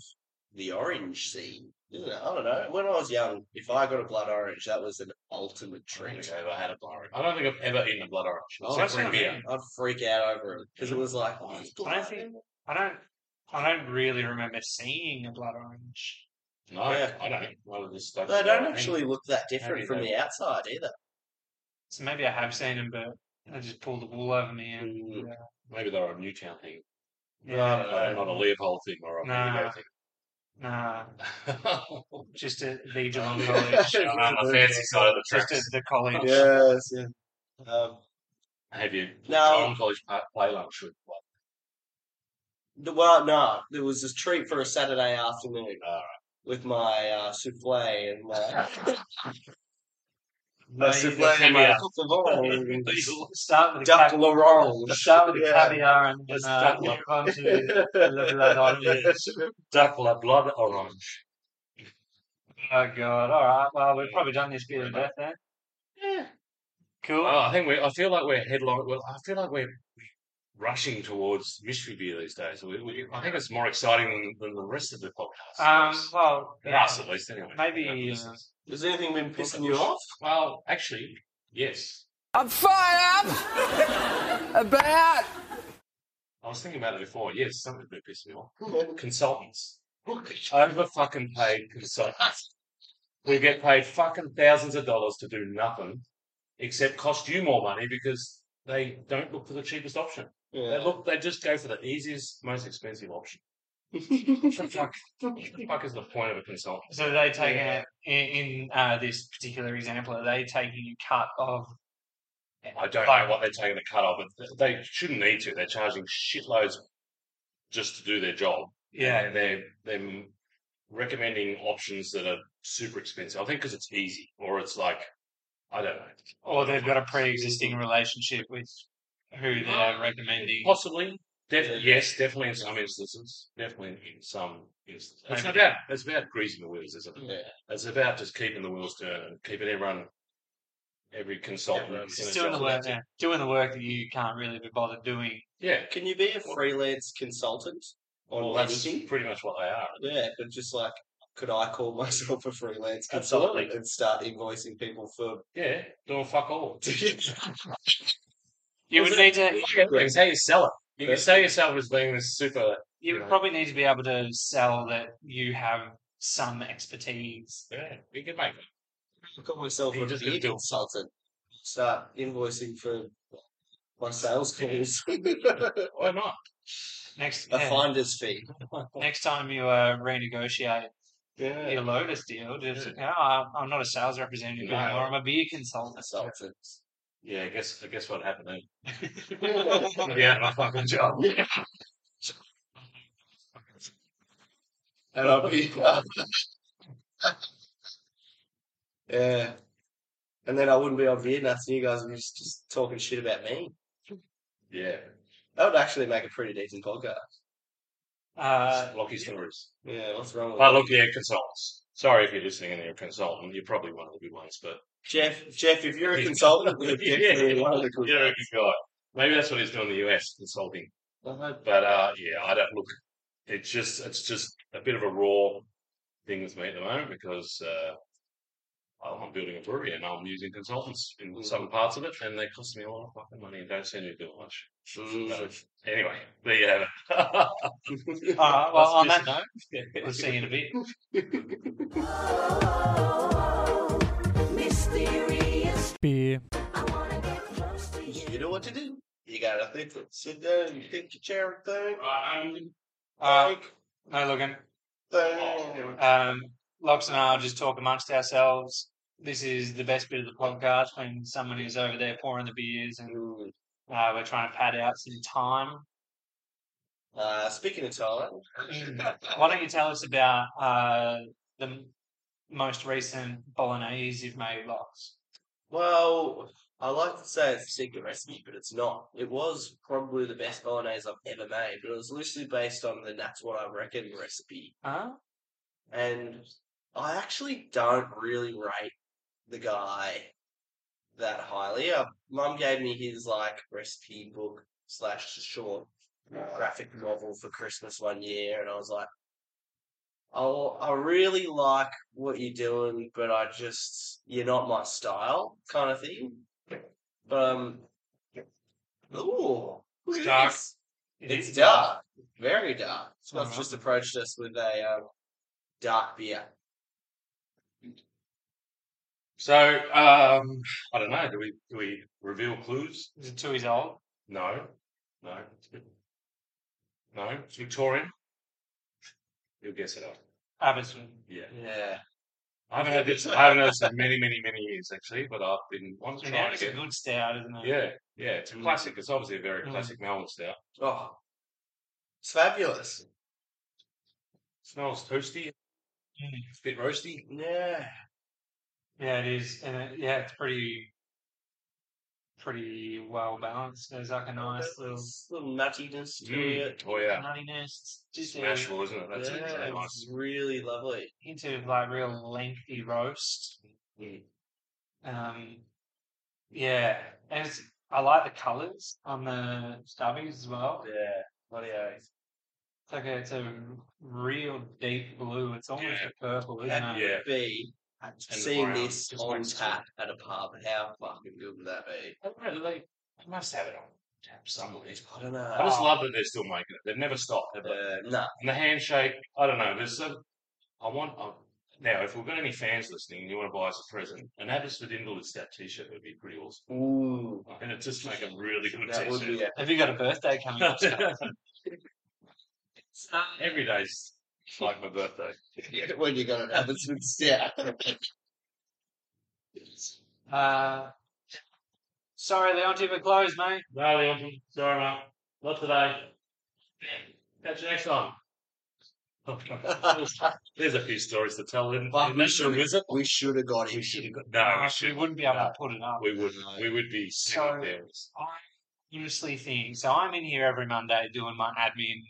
Speaker 1: the orange scene. Isn't it? I don't know. When I was young, if I got a blood orange, that was an ultimate
Speaker 3: I don't
Speaker 1: treat.
Speaker 3: think I've ever had a blood orange. I don't think I've ever eaten a blood orange.
Speaker 1: Oh,
Speaker 3: except
Speaker 1: that's
Speaker 3: for in
Speaker 4: what I
Speaker 3: beer.
Speaker 4: mean.
Speaker 1: I'd freak out over it because it was like, oh, it's blood.
Speaker 4: I don't think I don't I don't really remember seeing a blood orange.
Speaker 3: No,
Speaker 1: Yeah.
Speaker 3: I don't. None of this stuff.
Speaker 1: they don't actually look that
Speaker 3: Maybe
Speaker 1: different from
Speaker 3: they-
Speaker 1: the outside either.
Speaker 4: So maybe I have seen him, but I just pulled the wool over me. And,
Speaker 1: Mm.
Speaker 3: Maybe they're a Newtown thing.
Speaker 1: No,
Speaker 4: yeah,
Speaker 1: Mm, no,
Speaker 3: Uh, not a Leopold thing or a
Speaker 4: No.
Speaker 3: Bendigo
Speaker 4: Nah,
Speaker 3: thing.
Speaker 4: just at the Geelong College.
Speaker 1: Yeah.
Speaker 3: I'm on the fancy side of the
Speaker 4: just at
Speaker 3: tracks.
Speaker 4: the college.
Speaker 1: Yes, yeah. Um,
Speaker 3: Have you?
Speaker 1: No.
Speaker 3: Geelong College pa- play lunch with like,
Speaker 1: the- well, no, there was this treat for a Saturday afternoon with my uh, souffle and my, my
Speaker 4: No, you
Speaker 1: souffle
Speaker 4: just
Speaker 1: and my
Speaker 3: caviar.
Speaker 1: coq au vin and
Speaker 4: Start with the
Speaker 1: duck
Speaker 4: cav-
Speaker 1: l'orange.
Speaker 4: Start with the
Speaker 1: Yeah.
Speaker 4: caviar and then
Speaker 3: Let's
Speaker 4: uh,
Speaker 3: duck
Speaker 4: move
Speaker 3: one.
Speaker 4: on to lovely blood orange.
Speaker 3: duck la blood orange.
Speaker 4: Oh god! All right. Well, we've probably done this bit of death then.
Speaker 3: Yeah.
Speaker 4: Cool.
Speaker 3: Oh, I think we. I feel like we're headlong. Well, I feel like we're rushing towards mystery beer these days. We, we, I think it's more exciting than, than the rest of the podcast.
Speaker 4: Um. Well,
Speaker 3: For
Speaker 4: yeah.
Speaker 3: us at least, anyway.
Speaker 4: Maybe,
Speaker 3: Yeah.
Speaker 4: uh,
Speaker 1: Has anything been pissing you off?
Speaker 3: Well, actually, yes.
Speaker 5: I'm fired up about.
Speaker 3: I was thinking about it before. Yes, something that pissed me off. Consultants. Over fucking paid consultants. We get paid fucking thousands of dollars to do nothing except cost you more money because they don't look for the cheapest option. They
Speaker 1: Yeah.
Speaker 3: look they just go for the easiest, most expensive option. What the fuck, what the fuck is the point of a consultant?
Speaker 4: So are they taking
Speaker 1: Yeah.
Speaker 4: a, in, in uh, this particular example? Are they taking a cut of?
Speaker 3: I don't know what they're taking the cut off, but th- they shouldn't need to. They're charging shitloads just to do their job.
Speaker 4: Yeah.
Speaker 3: and they're they're recommending options that are super expensive. I think because it's easy, or it's like I don't know,
Speaker 4: Or they've got a pre-existing relationship with who they're recommending.
Speaker 3: possibly. Def-
Speaker 1: Yeah.
Speaker 3: Yes, definitely in some instances. Definitely in some instances. It's
Speaker 4: Maybe.
Speaker 3: about it's about greasing the wheels, isn't it?
Speaker 1: Yeah.
Speaker 3: It's about just keeping the wheels turning, keeping everyone, every consultant,
Speaker 1: Everyone.
Speaker 3: in a
Speaker 4: It's doing the
Speaker 3: job.
Speaker 4: work, yeah. doing the work that you can't really be bothered doing.
Speaker 3: Yeah,
Speaker 1: Can you be a freelance consultant on
Speaker 3: well, that's
Speaker 1: anything?
Speaker 3: pretty much what they are.
Speaker 1: Yeah, but just like, could I call myself a freelance consultant
Speaker 3: Absolutely.
Speaker 1: and start invoicing people for?
Speaker 3: Yeah, doing fuck all.
Speaker 4: You would need to.
Speaker 3: It's how you sell it. You can
Speaker 1: Yeah.
Speaker 3: sell yourself as being this super.
Speaker 4: You would
Speaker 3: Right.
Speaker 4: probably need to be able to sell that you have some expertise.
Speaker 3: Yeah, you can make
Speaker 1: I call myself
Speaker 3: You
Speaker 1: a
Speaker 3: just
Speaker 1: beer
Speaker 3: gotta do it.
Speaker 1: consultant. Start invoicing for my sales calls,
Speaker 3: it. Why not?
Speaker 4: Next,
Speaker 1: a
Speaker 4: yeah,
Speaker 1: finder's fee.
Speaker 4: next time you uh, renegotiate
Speaker 1: Yeah,
Speaker 4: your Lotus deal, just, "No, I'm- I'm not a sales representative
Speaker 3: No.
Speaker 4: anymore. I'm a beer consultant.
Speaker 1: consultants.
Speaker 3: Yeah, I guess I guess what happened then. yeah, my fucking job.
Speaker 1: And I'll be. uh, yeah. And then I wouldn't be on Vietnam, and you guys would be just, just talking shit about me.
Speaker 3: Yeah,
Speaker 1: That would actually make a pretty decent podcast.
Speaker 4: Uh,
Speaker 3: lucky stories.
Speaker 1: Yeah, what's wrong with
Speaker 3: But look, yeah, consultants. Sorry if you're listening and you're a consultant. You're probably one of the good ones, but
Speaker 1: Jeff, Jeff, if you're a consultant,
Speaker 3: yeah,
Speaker 1: you're definitely one of the good
Speaker 3: you're a
Speaker 1: ones.
Speaker 3: good guy. Maybe that's what he's doing in the US, consulting.
Speaker 1: I
Speaker 4: Uh-huh.
Speaker 1: hope-
Speaker 3: But uh, yeah, I don't look. It's just it's just a bit of a raw thing with me at the moment because uh, oh, I'm building a brewery and I'm using consultants in
Speaker 4: Mm.
Speaker 3: some parts of it, and they cost me a lot of fucking money and don't send me bill much.
Speaker 1: Mm,
Speaker 4: Mm.
Speaker 3: So, anyway, there you have it.
Speaker 4: All right. Well, on
Speaker 3: That's
Speaker 4: that note,
Speaker 3: just-
Speaker 4: we'll see you in a bit.
Speaker 6: Mysterious.
Speaker 2: Beer.
Speaker 6: I wanna get close to you.
Speaker 1: You know what to do. You gotta think, sit down, and think your chair, think,
Speaker 3: Um,
Speaker 4: Uh, no looking.
Speaker 1: think.
Speaker 4: Um, Lox and I will just talk amongst ourselves. This is the best bit of the podcast when someone is over there pouring the beers and uh, we're trying to pad out some time.
Speaker 1: Uh, speaking of Tyler,
Speaker 4: Why don't you tell us about uh, the m- most recent bolognese you've made, Lox?
Speaker 1: Well, I like to say it's a secret recipe, but it's not. It was probably the best bolognese I've ever made, but it was loosely based on the That's What I Reckon recipe.
Speaker 4: Huh?
Speaker 1: And I actually don't really rate the guy that highly. Uh, Mum gave me his like recipe book slash short graphic novel for Christmas one year, and I was like, "Oh, I really like what you're doing, but I just you're not my style," kind of thing. But um, ooh, look at
Speaker 4: Dark.
Speaker 1: this.
Speaker 4: It
Speaker 1: It's
Speaker 4: is
Speaker 1: dark, very dark. Scott's
Speaker 3: Uh-huh.
Speaker 4: Alright.
Speaker 1: just approached us with a um, dark beer.
Speaker 3: so um, I don't know. Do we do we reveal clues?
Speaker 4: Is it two years old?
Speaker 3: No, no, no. It's Victorian. You'll guess it up.
Speaker 4: Abbotsford.
Speaker 3: Yeah.
Speaker 1: Yeah,
Speaker 3: I haven't had this. I haven't had this in many, many, many years actually. But I've been wanting to
Speaker 4: Yeah,
Speaker 3: try it
Speaker 4: it's a
Speaker 3: again.
Speaker 4: good stout, isn't it?
Speaker 3: Yeah, yeah. It's a classic. It's obviously a very
Speaker 4: Mm.
Speaker 3: classic Melbourne stout.
Speaker 1: oh, it's fabulous.
Speaker 3: Smells toasty. It's a bit roasty.
Speaker 1: Yeah,
Speaker 4: Yeah, it is, and it, yeah, it's pretty, pretty well balanced. There's like a nice little
Speaker 1: There's little nuttiness to
Speaker 3: Mm.
Speaker 1: it.
Speaker 3: Oh yeah.
Speaker 4: nuttiness, just a
Speaker 3: Smashable, isn't it? That's
Speaker 1: yeah,
Speaker 3: it. Very
Speaker 1: it's
Speaker 3: nice.
Speaker 1: really lovely.
Speaker 4: hint of like real lengthy roast.
Speaker 3: Mm.
Speaker 4: Um, yeah, and it's, I like the colours on the stubbies as well.
Speaker 1: Yeah, bloody oath.
Speaker 4: It's like a, it's a real deep blue. It's almost
Speaker 3: Yeah.
Speaker 4: a purple, isn't
Speaker 1: That
Speaker 4: it?
Speaker 3: Yeah.
Speaker 1: would be
Speaker 3: And the
Speaker 1: seeing
Speaker 3: brown
Speaker 1: this
Speaker 3: just
Speaker 1: on
Speaker 3: makes it-
Speaker 1: tap at a pub. How fucking good would that be?
Speaker 3: I don't know, they, they must have it on tap somewhere.
Speaker 1: I don't know.
Speaker 3: I just love that they're still making it. They've never stopped. Have they?
Speaker 1: Uh, no,
Speaker 3: And the handshake, I don't know. There's a, I want I, now if we've got any fans listening, and you want to buy us a present, an Abbotsford Invalid Stat T-shirt would be pretty awesome.
Speaker 1: ooh,
Speaker 3: And it just make a really good
Speaker 1: that would be
Speaker 3: T-shirt.
Speaker 1: a
Speaker 4: Have you got a birthday coming up? Scott?
Speaker 3: Every day's like my birthday.
Speaker 1: when you got an Abbotsford stout.
Speaker 4: uh, sorry, Leonti, we're closed, mate.
Speaker 3: No, Leon, sorry, mate. Not today. Catch you next time. There's a few stories to tell. In, in
Speaker 1: we
Speaker 3: that show,
Speaker 1: should
Speaker 3: is it?
Speaker 1: have. We should have got him.
Speaker 3: No, we
Speaker 4: Uh,
Speaker 3: should.
Speaker 4: wouldn't be able
Speaker 3: No.
Speaker 4: to put it up.
Speaker 3: We would. We would be sick of
Speaker 4: So-
Speaker 3: theirs.
Speaker 4: I honestly think so. I'm in here every Monday doing my admin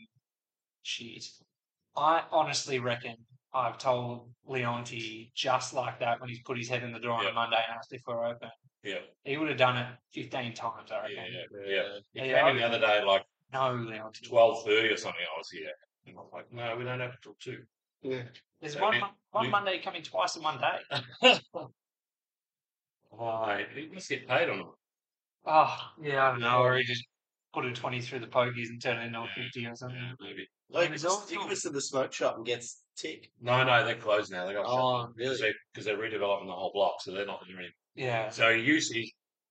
Speaker 4: shit. I honestly reckon I've told Leonti just like that when he's put his head in the door on
Speaker 3: Yeah.
Speaker 4: a Monday and asked if we're open.
Speaker 3: Yeah,
Speaker 4: He would have done it 15 times, I
Speaker 3: yeah,
Speaker 4: reckon.
Speaker 3: yeah. yeah. He
Speaker 4: Yeah,
Speaker 3: came in the
Speaker 4: I-
Speaker 3: other day at like
Speaker 4: No, Leonti.
Speaker 3: twelve thirty or something. I was here, and I was like, "No, we don't have it till two.
Speaker 4: There's
Speaker 3: I
Speaker 4: one,
Speaker 3: mean,
Speaker 4: mon- one
Speaker 3: we-
Speaker 4: Monday coming twice in one day.
Speaker 3: Why? Oh, He must get paid on it.
Speaker 4: Oh, yeah, I don't know. Or he just put a 20 through the pokies and turn it into a
Speaker 3: Yeah,
Speaker 4: 50
Speaker 1: Uh-huh.
Speaker 4: or something.
Speaker 3: Yeah, maybe.
Speaker 1: Like,
Speaker 4: It's
Speaker 1: just
Speaker 4: all-
Speaker 1: take us to the smoke shop and gets tick.
Speaker 3: No, no, they're closed now. They got
Speaker 1: Oh,
Speaker 3: because
Speaker 1: really?
Speaker 3: they, are redeveloping the whole block, so they're not doing anything.
Speaker 4: Yeah.
Speaker 3: So he used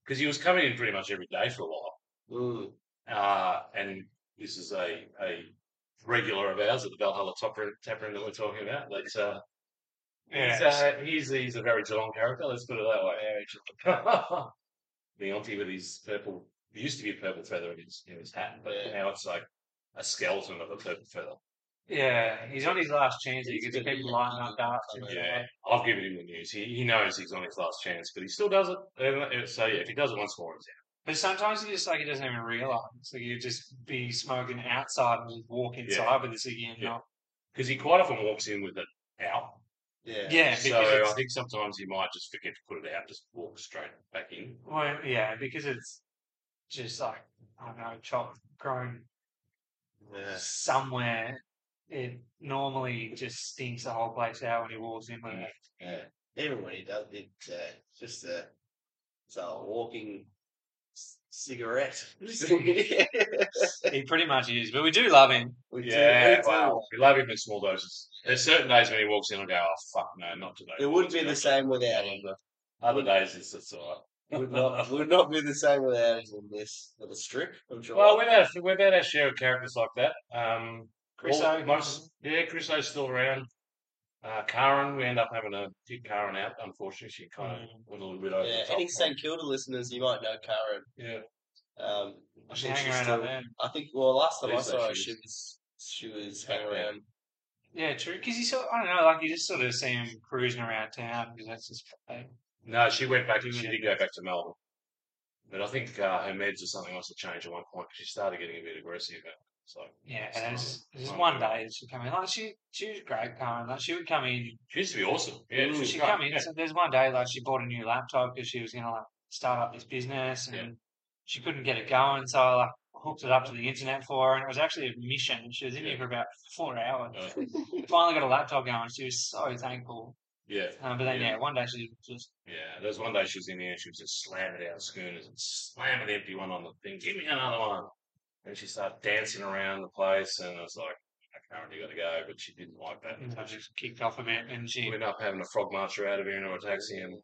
Speaker 3: because he was coming in pretty much every day for a while,
Speaker 1: Mm.
Speaker 3: uh, and this is a a regular of ours at the Valhalla Top Room, Tap Room that we're talking about. That's uh, he's,
Speaker 4: Yeah.
Speaker 3: uh, he's he's a very Geelong character. Let's put it that way. the auntie with his purple it used to be a purple feather in his in his hat, but
Speaker 1: Yeah.
Speaker 3: now it's like a skeleton of a purple feather.
Speaker 4: Yeah. He's on his last chance. He's
Speaker 1: He's
Speaker 4: going to
Speaker 1: gonna
Speaker 4: keep
Speaker 1: be-
Speaker 4: lining up darts. and-
Speaker 3: Yeah, I've given him the news. He, he knows he's on his last chance, but he still does it. And, uh, So yeah, if he does it once more, he's
Speaker 4: But sometimes he just like he doesn't even realize. Like you just be smoking outside and just walk inside with this again.
Speaker 3: Yeah.
Speaker 4: not-
Speaker 3: because he quite often walks in with it out.
Speaker 1: Yeah.
Speaker 4: Yeah,
Speaker 3: So
Speaker 4: because
Speaker 3: I
Speaker 4: it's,
Speaker 3: think sometimes he might just forget to put it out, just walk straight back in.
Speaker 4: well, yeah, because it's just like I don't know, chopped grown
Speaker 1: Yeah.
Speaker 4: somewhere. It normally just stinks the whole place out when he walks in with it.
Speaker 3: Yeah.
Speaker 1: even when he does it, uh, just a it's a walking c- cigarette.
Speaker 4: He pretty much is, but we do love him.
Speaker 1: We do-
Speaker 3: Yeah,
Speaker 1: we do.
Speaker 3: wow. We love him in small doses. There's certain days when he walks in and go, oh, fuck, no, not today.
Speaker 1: It wouldn't be the same without him.
Speaker 3: Other, other days, it's, it's all right.
Speaker 1: Would not would not be the same without him in this little strip. I'm sure.
Speaker 3: Well, we've had, we've had our share of characters like that. Um,
Speaker 4: Chris
Speaker 3: all-
Speaker 4: O.
Speaker 3: most- yeah, Chris O's still around. Uh, Karen, we end up having to dig Karen out, unfortunately. She kind of
Speaker 4: Hmm.
Speaker 3: went a little bit over
Speaker 1: yeah,
Speaker 3: the top.
Speaker 1: any St Kilda listeners, you might know Karen.
Speaker 3: yeah.
Speaker 1: Um,
Speaker 4: I
Speaker 1: she-
Speaker 4: should hang
Speaker 1: she's
Speaker 4: around
Speaker 1: still-
Speaker 4: up there.
Speaker 1: I think. Well, last time I
Speaker 3: Tuesday
Speaker 1: saw her,
Speaker 3: she
Speaker 1: she was she was hanging around.
Speaker 4: Yeah, true. Because you sort I don't know, like you just sort of see him cruising around town because that's his thing.
Speaker 3: No, she went back.
Speaker 4: She
Speaker 3: She
Speaker 4: went
Speaker 3: did go back to Melbourne, but I think uh, her meds or something else had changed at one point. 'cause She started getting a bit aggressive. and So
Speaker 4: Yeah,
Speaker 3: It's
Speaker 4: and
Speaker 3: not-
Speaker 4: it's,
Speaker 3: it's
Speaker 4: it's
Speaker 3: not
Speaker 4: one
Speaker 3: good.
Speaker 4: day she come in. Like she, she was great, Karen. Like she would come in
Speaker 3: she used to be awesome. Yeah,
Speaker 1: Mm.
Speaker 3: was
Speaker 4: she
Speaker 3: great,
Speaker 4: come in.
Speaker 3: yeah.
Speaker 4: So there's one day like she bought a new laptop because she was gonna like start up this business and
Speaker 3: Yeah.
Speaker 4: she couldn't get it going. So I like hooked it up to the internet for her, and it was actually a mission. She was in
Speaker 3: Yeah.
Speaker 4: here for about four hours.
Speaker 3: Uh,
Speaker 4: Finally got a laptop going. She was so thankful.
Speaker 3: yeah,
Speaker 4: Um, but then
Speaker 3: Yeah.
Speaker 4: yeah. one day she just
Speaker 3: yeah. There was one day she was in there and she was just slamming down schooners and slamming the empty one on the thing. Give me another one. And she started dancing around the place, and I was like, I currently got to go, but she didn't like that.
Speaker 4: you know, just kicked off a bit, and she
Speaker 3: We ended up having a frog marcher out of here into a taxi, and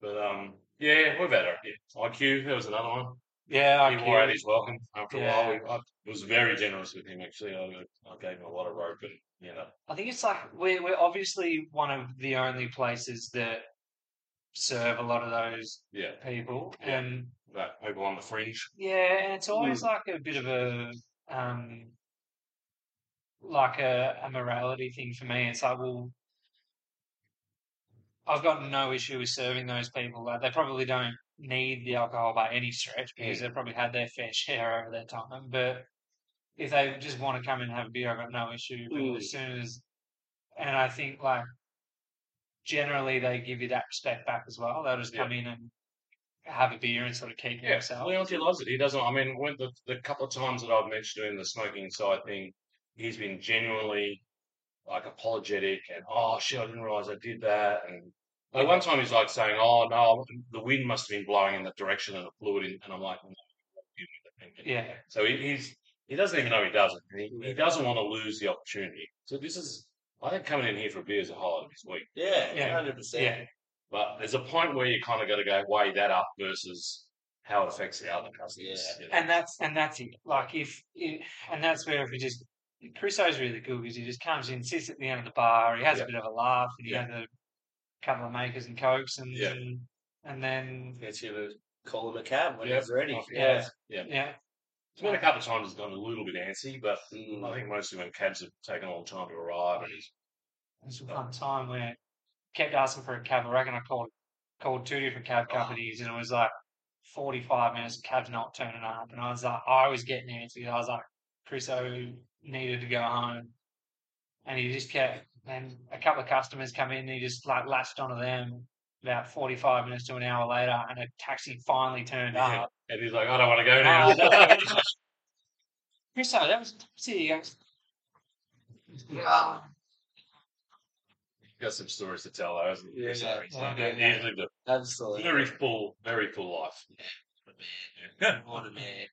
Speaker 3: but um, yeah, we've had her. Yeah. IQ, there was another one.
Speaker 4: yeah, I
Speaker 3: he wore out
Speaker 4: killed-
Speaker 3: his welcome. After
Speaker 4: Yeah.
Speaker 3: a while, we, I was very generous with him. Actually, I, I gave him a lot of rope, and you know,
Speaker 4: I think it's like we're we're obviously one of the only places that serve a lot of those
Speaker 3: yeah,
Speaker 4: people,
Speaker 3: Yeah.
Speaker 4: and
Speaker 3: that people on the fringe.
Speaker 4: Yeah, and it's always
Speaker 3: Mm.
Speaker 4: like a bit of a um like a, a morality thing for me. It's like, well, I've got no issue with serving those people. Like they probably don't need the alcohol by any stretch because they've probably had their fair share over their time. But if they just want to come and have a beer, I've got no issue. But
Speaker 1: Mm.
Speaker 4: as soon as and I think like generally they give you that respect back as well. They'll just
Speaker 3: Yeah.
Speaker 4: come in and have a beer and sort of keep
Speaker 3: Yeah,
Speaker 4: themselves.
Speaker 3: Leontine loves it. He doesn't. I mean, when the, the couple of times that I've mentioned him in the smoking side thing, he's been genuinely like apologetic and oh shit, I didn't realize I did that. And like one time he's like saying, "Oh no, the wind must have been blowing in the direction of the fluid," in, and I'm like, no, you know, and-
Speaker 4: Yeah,
Speaker 3: So he, he's he doesn't even know he does it. and He, he doesn't want to lose the opportunity. So this is I think coming in here for a beer is a highlight of his week.
Speaker 1: Yeah,
Speaker 4: Yeah.
Speaker 1: hundred percent.
Speaker 4: yeah,
Speaker 3: But there's a point where you kind of got to go weigh that up versus how it affects the other customers.
Speaker 1: Yeah.
Speaker 3: you know.
Speaker 4: and that's and that's it. Like if, i and that's where if you just Chris O's really good because he just comes in, sits at the end of the bar, he has
Speaker 3: Yeah.
Speaker 4: a bit of a laugh, and he
Speaker 3: Yeah.
Speaker 4: has a couple of makers and cokes, and
Speaker 3: Yeah.
Speaker 4: and, and then
Speaker 1: Gets you to call him a cab when
Speaker 3: Yep.
Speaker 1: he's ready.
Speaker 3: Off he
Speaker 4: Oh, Yeah.
Speaker 3: goes. yeah.
Speaker 4: yeah,
Speaker 3: It's been a couple of times he's gone a little bit antsy, but I
Speaker 1: Mm.
Speaker 3: think mostly when cabs have taken a long time to arrive and he's
Speaker 4: there's one time where I kept asking for a cab. I reckon I called called two different cab
Speaker 3: Oh.
Speaker 4: companies, and it was like forty five minutes. Cab's not turning up, and I was like, I was getting antsy. I was like, Chris O needed to go home, and he just kept. And a couple of customers come in, and he just like latched onto them. About forty five minutes to an hour later, and a taxi finally turned
Speaker 3: Yeah.
Speaker 4: up.
Speaker 3: and he's like, I don't want to go
Speaker 4: Ah,
Speaker 3: now.
Speaker 4: that- Chris O, that was see you guys.
Speaker 3: Got some stories to tell, though. hasn't he?
Speaker 1: Yeah.
Speaker 3: So he's,
Speaker 4: Yeah.
Speaker 3: he's lived a
Speaker 1: Absolutely.
Speaker 3: very full, very full life. Yeah.
Speaker 1: What a man.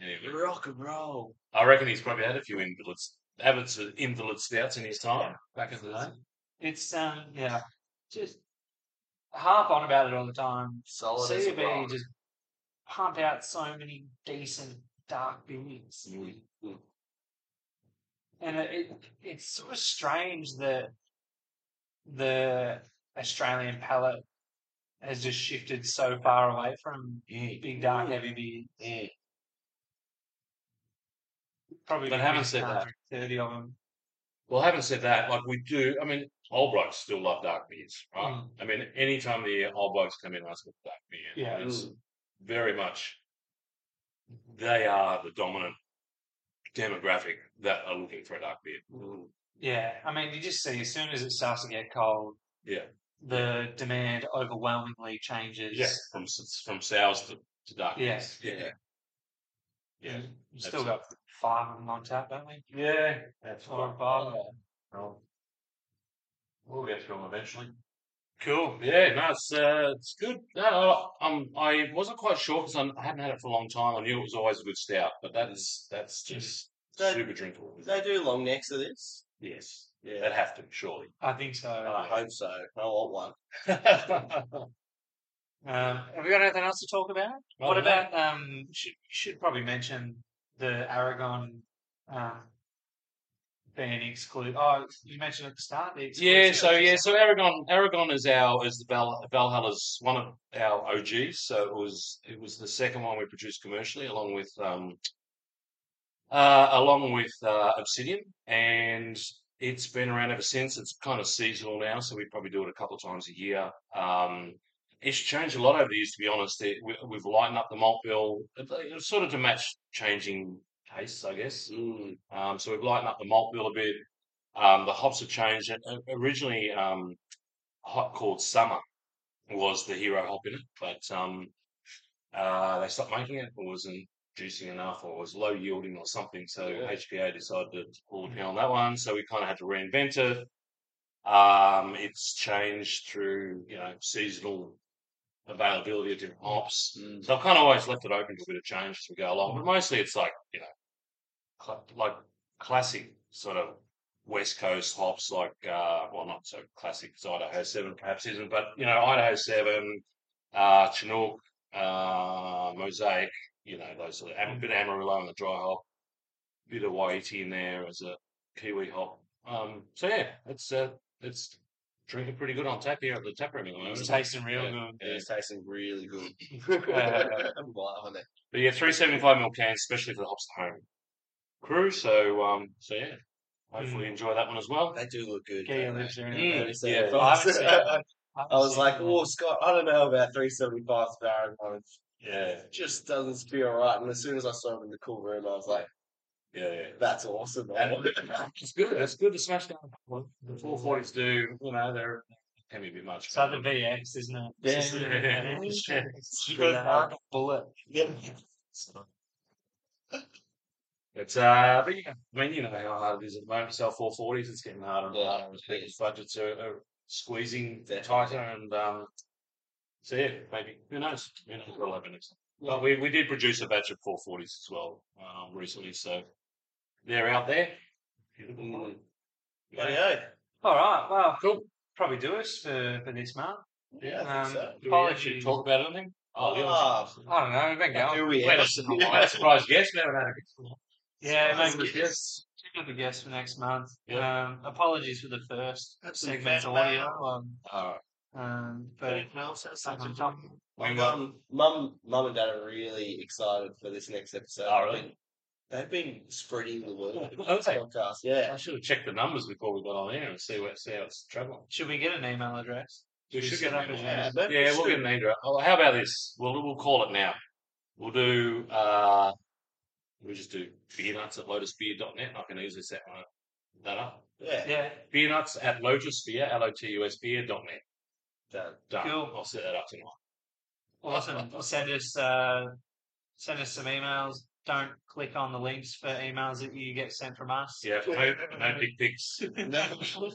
Speaker 3: Anyway.
Speaker 1: Rock and roll.
Speaker 3: I reckon he's probably had a few invalids, abbots of invalid stouts in his time back in the day.
Speaker 4: It's um yeah, just harp on about it all the time.
Speaker 1: Solid as a
Speaker 4: CB
Speaker 1: rock.
Speaker 4: just pump out so many decent dark beers,
Speaker 3: Mm.
Speaker 4: and it, it it's sort of strange that the Australian palate has just shifted so far away from big dark heavy beers.
Speaker 3: Mm.
Speaker 4: Probably
Speaker 3: But having said that-
Speaker 4: thirty of them.
Speaker 3: Well, having said that, like we do, I mean, old blokes still love dark beers, right?
Speaker 4: Mm.
Speaker 3: I mean, any time of the year, old blokes come in and ask for dark beer.
Speaker 4: Yeah.
Speaker 1: Mm.
Speaker 3: It's very much, they are the dominant demographic that are looking for a dark beer.
Speaker 1: Mm.
Speaker 4: Yeah, I mean, you just see as soon as it starts to get cold,
Speaker 3: Yeah.
Speaker 4: the demand overwhelmingly changes.
Speaker 3: Yeah. From, s- from sours to, to dark
Speaker 4: Yeah.
Speaker 3: beers. Yeah. Yeah.
Speaker 4: We've still got five of them on tap, don't we?
Speaker 3: Yeah. That's
Speaker 4: Four or five.
Speaker 3: Well, we'll get through them eventually. Cool. Yeah, no, it's uh, it's good. No, I, um, I wasn't quite sure because I hadn't had it for a long time. I knew it was always a good stout, but that's that's just
Speaker 1: So-
Speaker 3: super drinkable.
Speaker 1: Did they do long necks of this?
Speaker 3: Yes,
Speaker 1: Yeah.
Speaker 3: they'd have to surely.
Speaker 4: I think so.
Speaker 1: I hope so. I want one.
Speaker 4: Um, have we got anything else to talk about? what
Speaker 3: Well,
Speaker 4: about um? Should should probably mention the Aragon um, being excluded. Oh, you mentioned at the start the
Speaker 3: Yeah,
Speaker 4: exclusive.
Speaker 3: so yeah, so Aragon Aragon is our is the Val, Valhalla's one of our OGs. So it was it was the second one we produced commercially, along with um, uh, along with uh, Obsidian, and it's been around ever since. It's kind of seasonal now, so we probably do it a couple of times a year. Um, it's changed a lot over the years, to be honest. It, we, we've lightened up the malt bill, it- it's sort of to match changing tastes, I guess.
Speaker 1: Mm.
Speaker 3: Um, so we've lightened up the malt bill a bit. Um, the hops have changed. O- Originally, um, a hop called Summer was the hero hop in it, but um, uh, they stopped making it. It wasn't juicing enough, or it was low yielding, or something. So
Speaker 1: Yeah.
Speaker 3: HPA decided to pull the pin on that one. So we kind of had to reinvent it. Um, it's changed through you know seasonal availability of different hops.
Speaker 1: Mm.
Speaker 3: So I've kind of always left it open to a bit of change as we go along, but mostly it's like you know, cl- like classic sort of West Coast hops, like uh, well, not so classic as Idaho Seven perhaps isn't, but you know, Idaho Seven, uh, Chinook, uh, Mosaic, you know, those sort of a bit of Amarillo in the dry hop, bit of Waiti in there as a Kiwi hop. Um, so yeah, it's uh, it's drinking pretty good on tap here at the tap room at the moment.
Speaker 4: it's
Speaker 3: isn't it?
Speaker 4: tasting real
Speaker 3: Yeah.
Speaker 4: good.
Speaker 1: Yeah, it's tasting really good.
Speaker 3: Uh,
Speaker 1: I'm loving it.
Speaker 3: But yeah, three seventy five mil cans, especially for the hops at home crew. So um, so yeah, hopefully you enjoy that one as well.
Speaker 1: They do look good.
Speaker 4: Yeah, yeah,
Speaker 1: don't they?
Speaker 4: lives there.
Speaker 3: Mm.
Speaker 1: Thirty seven
Speaker 3: yeah.
Speaker 1: fives.
Speaker 4: I haven't seen it.
Speaker 1: I was like, oh, Scott, I don't know about 375 Baron.
Speaker 3: Yeah,
Speaker 1: It just doesn't feel right. And as soon as I saw him in the cool room, I was like,
Speaker 3: yeah, yeah.
Speaker 1: that's awesome. I
Speaker 3: And
Speaker 1: want it.
Speaker 3: it's good. It's good to smash down. The four forties do. You know they're can be a bit much.
Speaker 4: It's like the VX, isn't it? It's
Speaker 1: Yeah.
Speaker 4: just-
Speaker 3: Yeah. Yeah.
Speaker 4: it's just a hard bullet.
Speaker 3: It's uh, but yeah, I mean, you know how hard it is at the moment. to Sell four forties, it's getting harder and
Speaker 1: Yeah.
Speaker 3: harder as people's budgets are, are squeezing
Speaker 1: Definitely.
Speaker 3: tighter, and um, so yeah, maybe who knows? Who knows what'll happen next? time. But we, we did produce a batch of four forties as well um, recently, so they're out there. uh, Beautiful.
Speaker 1: Mm.
Speaker 3: Mm-hmm. Yeah.
Speaker 1: Bloody oath.
Speaker 4: All right, well,
Speaker 3: Cool.
Speaker 4: probably do us for, for this month.
Speaker 1: Yeah, I
Speaker 4: Um,
Speaker 1: think so.
Speaker 3: Do we actually
Speaker 4: Apologies.
Speaker 3: talk about anything? Oh, the
Speaker 1: Ah,
Speaker 3: other-
Speaker 4: I don't know, we've been going.
Speaker 1: do we
Speaker 3: Wait,
Speaker 1: have-
Speaker 3: that's a surprise guest. We haven't had a guest.
Speaker 4: Yeah,
Speaker 3: Surprise
Speaker 4: maybe
Speaker 3: guest.
Speaker 4: Check out the guest for next month.
Speaker 3: Yeah.
Speaker 4: Um, apologies for the first
Speaker 1: That's
Speaker 4: segment's
Speaker 1: bad,
Speaker 4: audio. Um,
Speaker 3: All right.
Speaker 4: um, but
Speaker 1: Anyone else has something
Speaker 4: um,
Speaker 1: to talk My mum, mum, mum and dad are really excited for this next episode.
Speaker 3: Oh, really?
Speaker 1: They've been, they've been spreading the word about
Speaker 3: Oh,
Speaker 1: this
Speaker 3: okay.
Speaker 1: podcast. Yeah,
Speaker 3: I should have checked the numbers before we got on air and see what see how it's traveling.
Speaker 4: should we get an email address?
Speaker 3: We should
Speaker 4: Should we
Speaker 3: get
Speaker 4: set
Speaker 3: an email.
Speaker 4: up an
Speaker 1: yeah,
Speaker 4: address?
Speaker 1: but
Speaker 3: Yeah, we'll
Speaker 1: shoot.
Speaker 3: get an email. Oh, how about this? We'll we'll call it now. We'll do uh we'll just do beer nuts at lotusbeer.net. I can easily set one up- that up.
Speaker 1: yeah,
Speaker 4: Yeah,
Speaker 3: Beer nuts at lotusbeer, L O T U S beer dot net.
Speaker 1: done.
Speaker 3: Done.
Speaker 4: Cool.
Speaker 3: I'll set that up tonight.
Speaker 4: awesome. send us uh, send us some emails. Don't click on the links for emails that you get sent from us.
Speaker 3: Yeah, no, no big pics.
Speaker 1: No.
Speaker 3: No,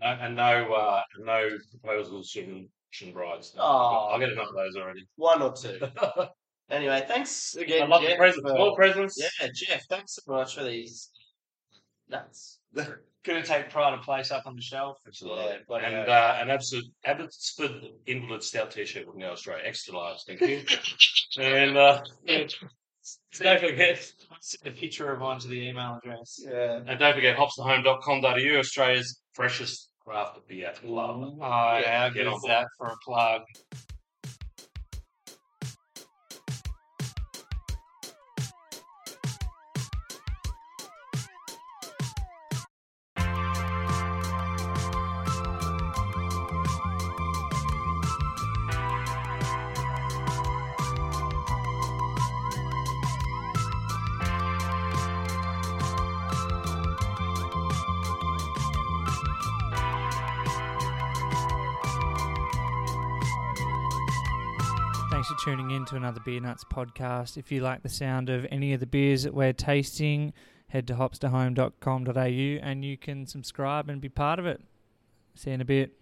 Speaker 3: and no uh no proposals from from brides.
Speaker 1: Aw.
Speaker 3: I'll get enough of those already.
Speaker 1: One or two. anyway, thanks
Speaker 3: I
Speaker 1: again.
Speaker 3: love the
Speaker 1: Jeff,
Speaker 3: presents.
Speaker 1: for-
Speaker 3: More presents.
Speaker 1: yeah, Jeff, thanks so much for these nuts.
Speaker 4: Gonna take pride of place up on the shelf.
Speaker 3: Absolutely.
Speaker 1: Yeah, bloody
Speaker 3: and
Speaker 1: oath.
Speaker 3: uh, an absolute Abbotsford invalid stout t-shirt will go straight extra large. Thank you. and uh, yeah, don't forget,
Speaker 4: Send a picture of one to the email address.
Speaker 1: yeah.
Speaker 3: and don't forget, hopsthehome.com.au, Australia's freshest craft beer club.
Speaker 4: Oh, yeah,
Speaker 3: get on
Speaker 4: use
Speaker 3: board.
Speaker 4: that for a plug.
Speaker 2: Thanks for tuning in to another Beer Nuts podcast. If you like the sound of any of the beers that we're tasting, head to hopstohome.com.au and you can subscribe and be part of it. See you in a bit.